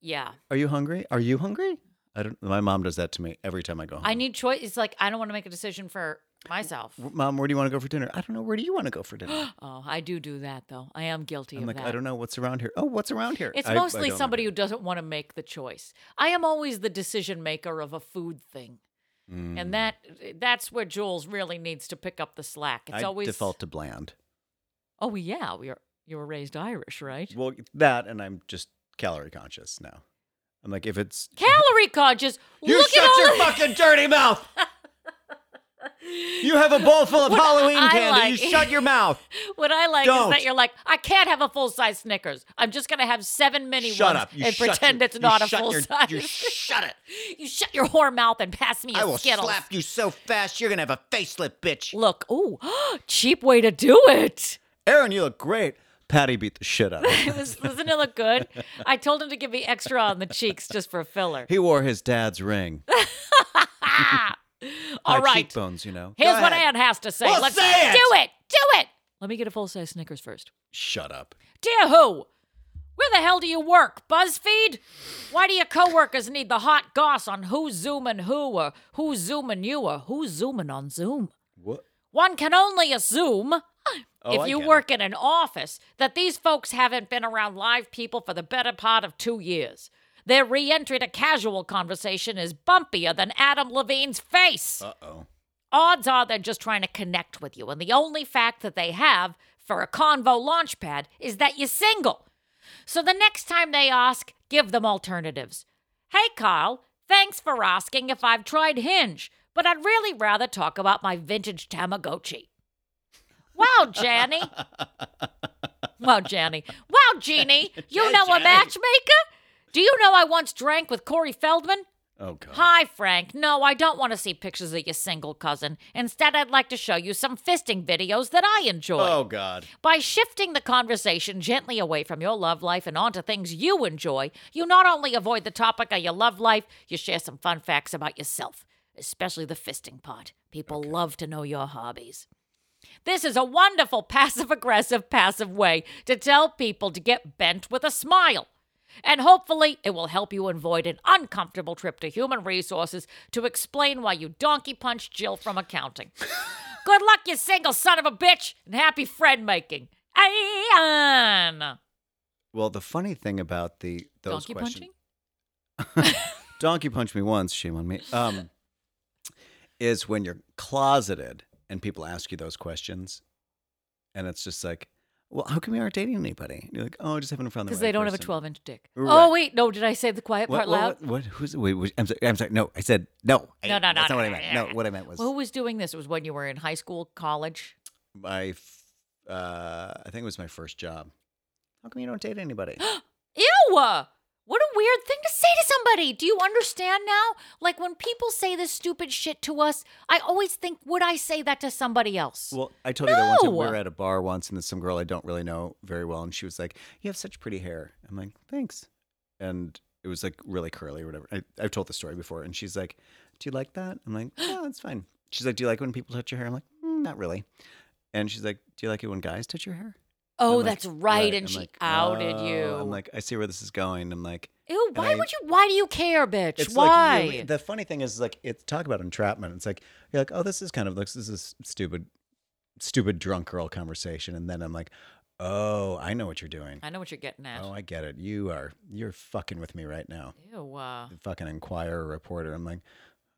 Speaker 5: yeah.
Speaker 6: Are you hungry? Are you hungry? I don't. My mom does that to me every time I go home.
Speaker 5: I need choice. It's like I don't want to make a decision for myself.
Speaker 6: Mom, where do you want to go for dinner? I don't know. Where do you want to go for dinner?
Speaker 5: Oh, I do do that though. I am guilty
Speaker 6: I'm
Speaker 5: of
Speaker 6: like,
Speaker 5: that.
Speaker 6: I don't know what's around here. Oh, what's around here?
Speaker 5: It's
Speaker 6: I- I
Speaker 5: mostly
Speaker 6: don't
Speaker 5: somebody
Speaker 6: under-
Speaker 5: who doesn't want to make the choice. I am always the decision maker of a food thing.
Speaker 6: Mm.
Speaker 5: And that that's where Jules really needs to pick up the slack. It's
Speaker 6: I
Speaker 5: always
Speaker 6: default to bland.
Speaker 5: Oh yeah, we are you were raised Irish, right?
Speaker 6: Well, that, and I'm just calorie conscious now. I'm like, if it's
Speaker 5: Calorie conscious.
Speaker 6: You
Speaker 5: Look
Speaker 6: shut
Speaker 5: at all
Speaker 6: your
Speaker 5: the-
Speaker 6: fucking dirty mouth. You have a bowl full of
Speaker 5: What
Speaker 6: Halloween
Speaker 5: I
Speaker 6: candy.
Speaker 5: like-
Speaker 6: You shut your mouth.
Speaker 5: What I like is that
Speaker 6: Don't.
Speaker 5: you're like, I can't have a full size Snickers. I'm just gonna have seven mini
Speaker 6: Shut
Speaker 5: ones
Speaker 6: up. You
Speaker 5: and
Speaker 6: shut
Speaker 5: pretend
Speaker 6: your-
Speaker 5: it's
Speaker 6: you
Speaker 5: not a
Speaker 6: shut
Speaker 5: full
Speaker 6: your-
Speaker 5: size.
Speaker 6: you shut
Speaker 5: it. You shut your whore mouth and pass me a
Speaker 6: I will
Speaker 5: Skittles.
Speaker 6: slap you so fast you're gonna have a facelift, bitch.
Speaker 5: Look, ooh, cheap way to do it.
Speaker 6: Aaron, you look great. Patty beat the shit out of him.
Speaker 5: It was, doesn't it look good? I told him to give me extra on the cheeks just for filler.
Speaker 6: He wore his dad's ring.
Speaker 5: All
Speaker 6: High
Speaker 5: right.
Speaker 6: cheekbones, you know.
Speaker 5: Here's
Speaker 6: Go
Speaker 5: what
Speaker 6: ahead.
Speaker 5: Ann has to say.
Speaker 6: Well,
Speaker 5: Let's
Speaker 6: say it!
Speaker 5: do it. Do it. Let me get a full size Snickers first.
Speaker 6: Shut up.
Speaker 5: Dear who? Where the hell do you work? BuzzFeed? Why do your coworkers need the hot goss on who's zooming who or who's zooming you or who's zooming on Zoom?
Speaker 6: What?
Speaker 5: One can only assume, if
Speaker 6: Oh, I
Speaker 5: you
Speaker 6: get it.
Speaker 5: work in an office, that these folks haven't been around live people for the better part of two years. Their re entry to casual conversation is bumpier than Adam Levine's face.
Speaker 6: Uh oh.
Speaker 5: Odds are they're just trying to connect with you, and the only fact that they have for a convo launchpad is that you're single. So the next time they ask, give them alternatives. Hey, Carl, thanks for asking if I've tried Hinge, but I'd really rather talk about my vintage Tamagotchi. Wow, Janny. wow, Janny. Wow, Jeannie. You know a matchmaker? Do you know I once drank with Corey Feldman?
Speaker 6: Oh god.
Speaker 5: Hi, Frank. No, I don't want to see pictures of your single cousin. Instead, I'd like to show you some fisting videos that I enjoy.
Speaker 6: Oh god.
Speaker 5: By shifting the conversation gently away from your love life and onto things you enjoy, you not only avoid the topic of your love life, you share some fun facts about yourself, especially the fisting part. People love to know your hobbies. This is a wonderful passive aggressive, passive way to tell people to get bent with a smile. And hopefully, it will help you avoid an uncomfortable trip to human resources to explain why you donkey punched Jill from accounting. Good luck, you single son of a bitch, and happy friend making. Ayan.
Speaker 6: Well, the funny thing about the those
Speaker 5: Donkey
Speaker 6: questions,
Speaker 5: punching?
Speaker 6: donkey punch me once, shame on me. Um, is when you're closeted and people ask you those questions, and it's just like, well, how come we aren't dating anybody? And you're like, oh, just haven't found the
Speaker 5: Because
Speaker 6: right
Speaker 5: they don't have a
Speaker 6: person."
Speaker 5: 12 inch dick.
Speaker 6: Right.
Speaker 5: Oh, wait. No, did I say the quiet
Speaker 6: What,
Speaker 5: part
Speaker 6: what,
Speaker 5: loud?
Speaker 6: what, what- Who's? Wait, wait, I'm sorry. I'm sorry. No, I said no. I-
Speaker 5: No, no, no,
Speaker 6: That's
Speaker 5: no,
Speaker 6: not what I
Speaker 5: no,
Speaker 6: meant.
Speaker 5: no,
Speaker 6: No,
Speaker 5: no.
Speaker 6: what I meant was
Speaker 5: Well, who was doing this? It was when you were in high school, college.
Speaker 6: my. f- Uh, I think it was my first job. How come you don't date anybody?
Speaker 5: Ew! What a weird thing to say to somebody. Do you understand now? Like when people say this stupid shit to us, I always think, would I say that to somebody else?
Speaker 6: Well, I told you that once. that We
Speaker 5: No!
Speaker 6: were at a bar once, and there's some girl I don't really know very well, and she was like, "You have such pretty hair." I'm like, "Thanks," and it was like really curly or whatever. I, I've told the story before, and she's like, "Do you like that?" I'm like, "No, it's fine." She's like, "Do you like when people touch your hair?" I'm like, "Mm, "Not really," and she's like, "Do you like it when guys touch your hair?"
Speaker 5: oh,
Speaker 6: I'm like,
Speaker 5: that's right.
Speaker 6: I'm
Speaker 5: And she
Speaker 6: like,
Speaker 5: outed
Speaker 6: "Oh."
Speaker 5: you.
Speaker 6: I'm like, "I see where this is going." I'm like,
Speaker 5: Ew, why
Speaker 6: I-
Speaker 5: would you? Why do you care, bitch?
Speaker 6: it's
Speaker 5: why?
Speaker 6: like really- the funny thing is like it's talk about entrapment. It's like you're like, oh, this is kind of this is a s- stupid, stupid drunk girl conversation, and then I'm like, oh, I know what you're doing.
Speaker 5: I know what you're getting at.
Speaker 6: Oh, I get it. You are you're fucking with me right now.
Speaker 5: Ew. Uh,
Speaker 6: The fucking Inquirer reporter. I'm like,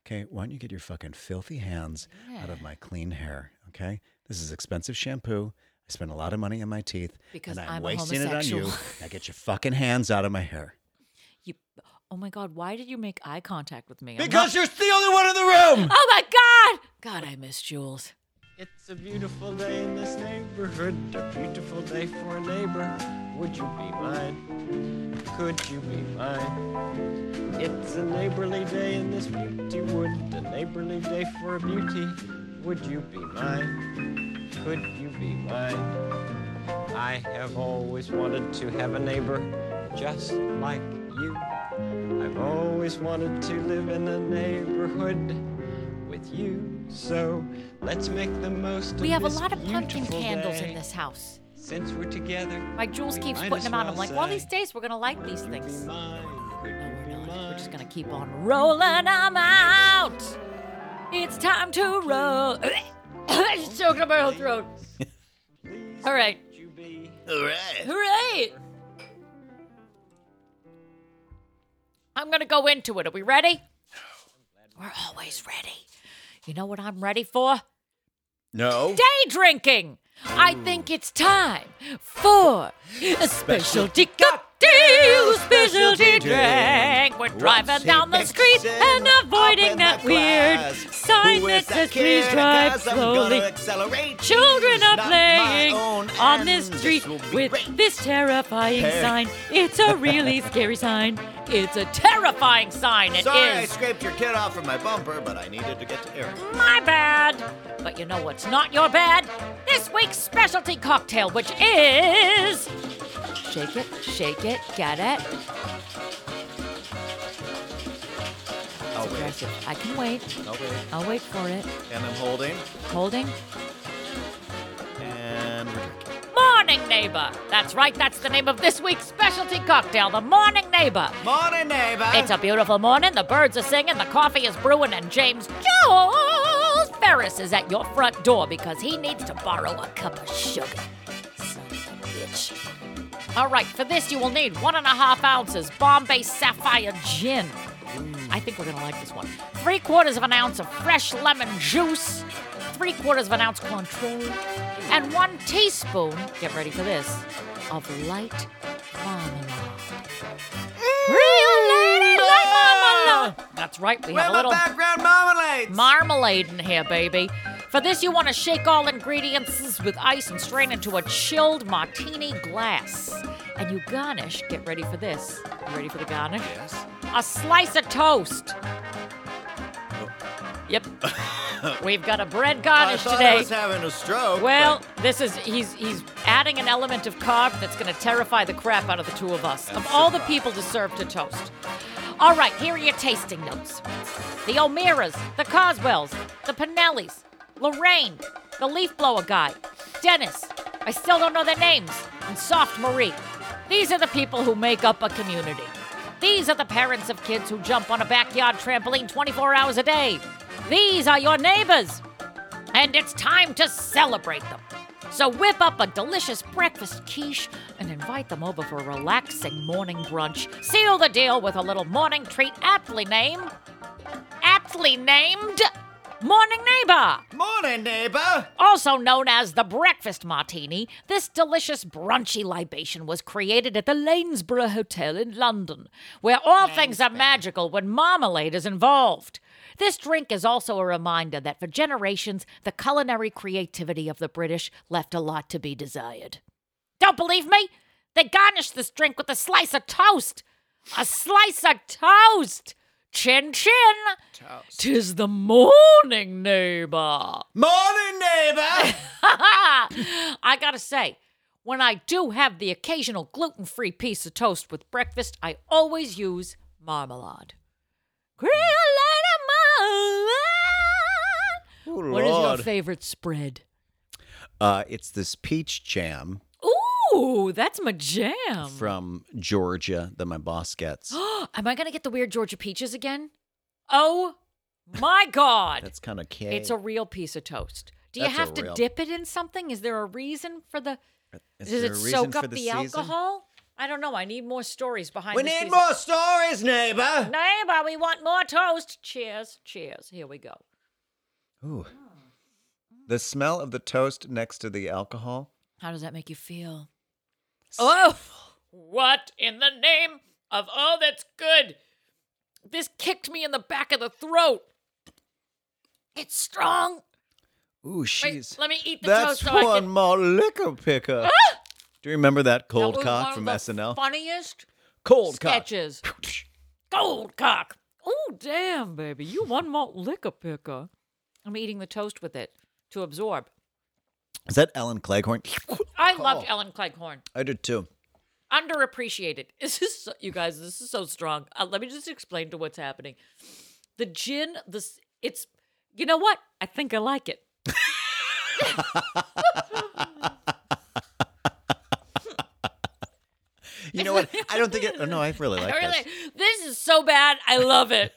Speaker 6: okay, why don't you get your fucking filthy hands out of my clean hair? Okay, this is expensive shampoo. I spent a lot of money on my teeth,
Speaker 5: Because
Speaker 6: and I'm,
Speaker 5: I'm a
Speaker 6: wasting it on you.
Speaker 5: homosexual.
Speaker 6: Now get your fucking hands out of my hair.
Speaker 5: you, oh my God, why did you make eye contact with me? I'm
Speaker 6: Because you're the only one in the room.
Speaker 5: not- oh my God! God, I miss Jules.
Speaker 8: It's a beautiful day in this neighborhood, a beautiful day for a neighbor. Would you be mine? Could you be mine? It's a neighborly day in this beauty wood, a neighborly day for a beauty. Would you be mine? Could you be mine? I have always wanted to have a neighbor just like you. I've always wanted to live in a neighborhood with you. So let's make the most
Speaker 5: We
Speaker 8: of
Speaker 5: have a
Speaker 8: this
Speaker 5: lot of pumpkin
Speaker 8: beautiful
Speaker 5: candles
Speaker 8: day.
Speaker 5: in this house.
Speaker 8: Since we're together,
Speaker 5: My Jules
Speaker 8: we
Speaker 5: keeps
Speaker 8: might
Speaker 5: putting
Speaker 8: as
Speaker 5: them out. I'm
Speaker 8: well
Speaker 5: like, well,
Speaker 8: say,
Speaker 5: these days we're gonna like these
Speaker 8: "Would you be
Speaker 5: things. No,
Speaker 8: mine? Would you
Speaker 5: we're
Speaker 8: be
Speaker 5: not. We're just
Speaker 8: mine?"
Speaker 5: gonna keep on rolling them out. It's time to roll. It's choking up my whole throat. All right,
Speaker 8: Would you be
Speaker 5: hooray! I'm gonna go into it. Are we ready? We're always ready. You know what I'm ready for?
Speaker 6: No.
Speaker 5: day drinking. I think it's time for a specialty cocktail, specialty drink. We're driving down the street and avoiding that weird sign that says please drive slowly. Children are playing on this street with this terrifying
Speaker 6: Pear.
Speaker 5: sign. It's a really scary sign. It's a terrifying sign. It is.
Speaker 6: Sorry, I scraped your kid off from my bumper, but I needed to get to Eric.
Speaker 5: My bad. But you know what's not your bad? This week's specialty cocktail, which is. Shake it, shake it, get it.
Speaker 6: I'll wait.
Speaker 5: Aggressive. I can wait.
Speaker 6: I'll wait.
Speaker 5: I'll wait for it.
Speaker 6: And I'm holding.
Speaker 5: Holding.
Speaker 6: And we're drinking.
Speaker 5: Morning Neighbor. That's right, that's the name of this week's specialty cocktail, the Morning Neighbor.
Speaker 6: Morning, neighbor.
Speaker 5: It's a beautiful morning. The birds are singing, the coffee is brewing, and James Jules Ferris is at your front door because he needs to borrow a cup of sugar. Son of a bitch. All right, for this you will need one and a half ounces Bombay Sapphire Gin. I think we're gonna like this one. Three quarters of an ounce of fresh lemon juice, three quarters of an ounce Cointreau, and one teaspoon. Get ready for this of light marmalade. Real lady light marmalade. That's right. We have a little
Speaker 10: background marmalades.
Speaker 5: marmalade in here, baby. For this, you want to shake all ingredients with ice and strain into a chilled martini glass. And you garnish, get ready for this. You ready for the garnish?
Speaker 6: Yes.
Speaker 5: A slice of toast. Yep. We've got a bread
Speaker 6: Oh. I
Speaker 5: garnish
Speaker 6: thought
Speaker 5: today.
Speaker 6: I was having a stroke.
Speaker 5: Well,
Speaker 6: but
Speaker 5: this is he's he's adding an element of carb that's going to terrify the crap out of the two of us. Of all the people to serve to toast. All right, here are your tasting notes. The O'Mearas, the Coswells, the Pinellis, Lorraine, the leaf blower guy, Dennis. I still don't know their names. And Soft Marie. These are the people who make up a community. These are the parents of kids who jump on a backyard trampoline 24 hours a day. These are your neighbors and it's time to celebrate them. So whip up a delicious breakfast quiche and invite them over for a relaxing morning brunch. Seal the deal with a little morning treat aptly named, aptly named Morning Neighbor.
Speaker 6: morning, neighbor.
Speaker 5: Also known as the Breakfast Martini, this delicious brunchy libation was created at the Lanesborough Hotel in London, where all things are magical when marmalade is involved. This drink is also a reminder that for generations, the culinary creativity of the British left a lot to be desired. Don't believe me? They garnished this drink with a slice of toast. A slice of toast! Chin chin! Toast. Tis the morning, neighbor.
Speaker 6: Morning, neighbor.
Speaker 5: I gotta say, when I do have the occasional gluten free piece of toast with breakfast, I always use marmalade. Creole marmalade! What is your
Speaker 6: Oh, Lord.
Speaker 5: favorite spread?
Speaker 6: uh, it's this peach jam
Speaker 5: Ooh, that's my jam.
Speaker 6: from Georgia that my boss gets.
Speaker 5: Am I gonna get the weird Georgia peaches again? Oh my god.
Speaker 6: That's kind of cake.
Speaker 5: it's a real piece of toast. Do you
Speaker 6: That's a
Speaker 5: have to
Speaker 6: real-
Speaker 5: dip it in something? Is there a reason for the
Speaker 6: Is
Speaker 5: Does it
Speaker 6: there a reason
Speaker 5: soak
Speaker 6: for
Speaker 5: up the,
Speaker 6: season?
Speaker 5: alcohol? I don't know. I need more stories behind
Speaker 6: We
Speaker 5: this
Speaker 6: need
Speaker 5: piece-
Speaker 6: more stories, neighbor.
Speaker 5: Neighbor, we want more toast. Cheers. Cheers. Here we go.
Speaker 6: Ooh. The smell of the toast next to the alcohol.
Speaker 5: How does that make you feel? Oh, what in the name of oh, that's good. This kicked me in the back of the throat. It's strong.
Speaker 6: Ooh,
Speaker 5: Wait,
Speaker 6: she's.
Speaker 5: let me eat the
Speaker 6: That's
Speaker 5: toast. so I
Speaker 6: one
Speaker 5: can- Ah!
Speaker 6: more liquor picker. Do you remember
Speaker 5: That
Speaker 6: that cold
Speaker 5: was one
Speaker 6: cock
Speaker 5: of
Speaker 6: from
Speaker 5: the
Speaker 6: SNL?
Speaker 5: Funniest
Speaker 6: cold cock.
Speaker 5: sketches. Gold cock. Oh, damn, baby. You one more liquor picker. I'm eating the toast with it to absorb.
Speaker 6: Is that Ellen Cleghorn?
Speaker 5: I loved Ellen Cleghorn.
Speaker 6: I did too.
Speaker 5: underappreciated. This is so, you guys. This is so strong. Uh, let me just explain to what's happening. The gin. This it's. You know what? I think I like it.
Speaker 6: You know what? I don't think it. Oh, no, I really like
Speaker 5: I really-
Speaker 6: this.
Speaker 5: this is so bad. I love it.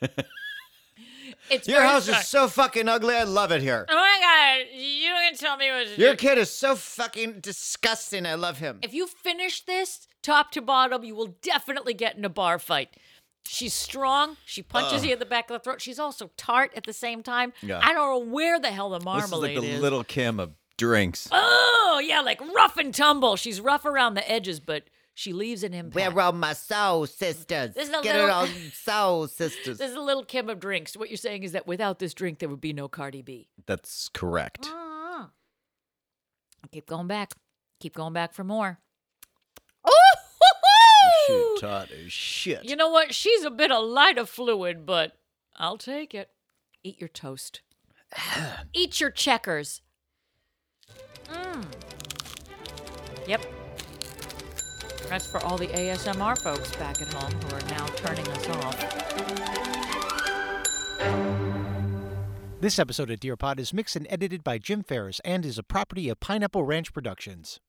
Speaker 5: it's
Speaker 6: Your
Speaker 5: very
Speaker 6: house
Speaker 5: strong.
Speaker 6: is so fucking ugly. I love it here.
Speaker 5: Oh my god! You don't gonna tell me what to
Speaker 6: Your
Speaker 5: do.
Speaker 6: kid is so fucking disgusting. I love him.
Speaker 5: If you finish this top to bottom, you will definitely get in a bar fight. She's strong. She punches you in the back of the throat. She's also tart at the same time.
Speaker 6: Yeah.
Speaker 5: I don't know where the hell the marmalade
Speaker 6: this is like the
Speaker 5: is.
Speaker 6: little Kim of drinks.
Speaker 5: Oh, yeah, like rough and tumble. She's rough around the edges, but she leaves an impact.
Speaker 11: all my soul sisters?
Speaker 5: This is a Get it little- all,
Speaker 11: soul sisters.
Speaker 5: This is a little Kim of drinks. What you're saying is that without this drink, there would be no Cardi B.
Speaker 6: That's correct.
Speaker 5: Mm. Keep going back. Keep going back for more.
Speaker 6: Oh, She taught as shit.
Speaker 5: You know what? She's a bit of lighter fluid, but I'll take it. Eat your toast. Eat your checkers. Mm. Yep. That's for all the ASMR folks back at home who are now turning us off.
Speaker 12: This episode of Dear Pod is mixed and edited by Jim Ferris and is a property of Pineapple Ranch Productions.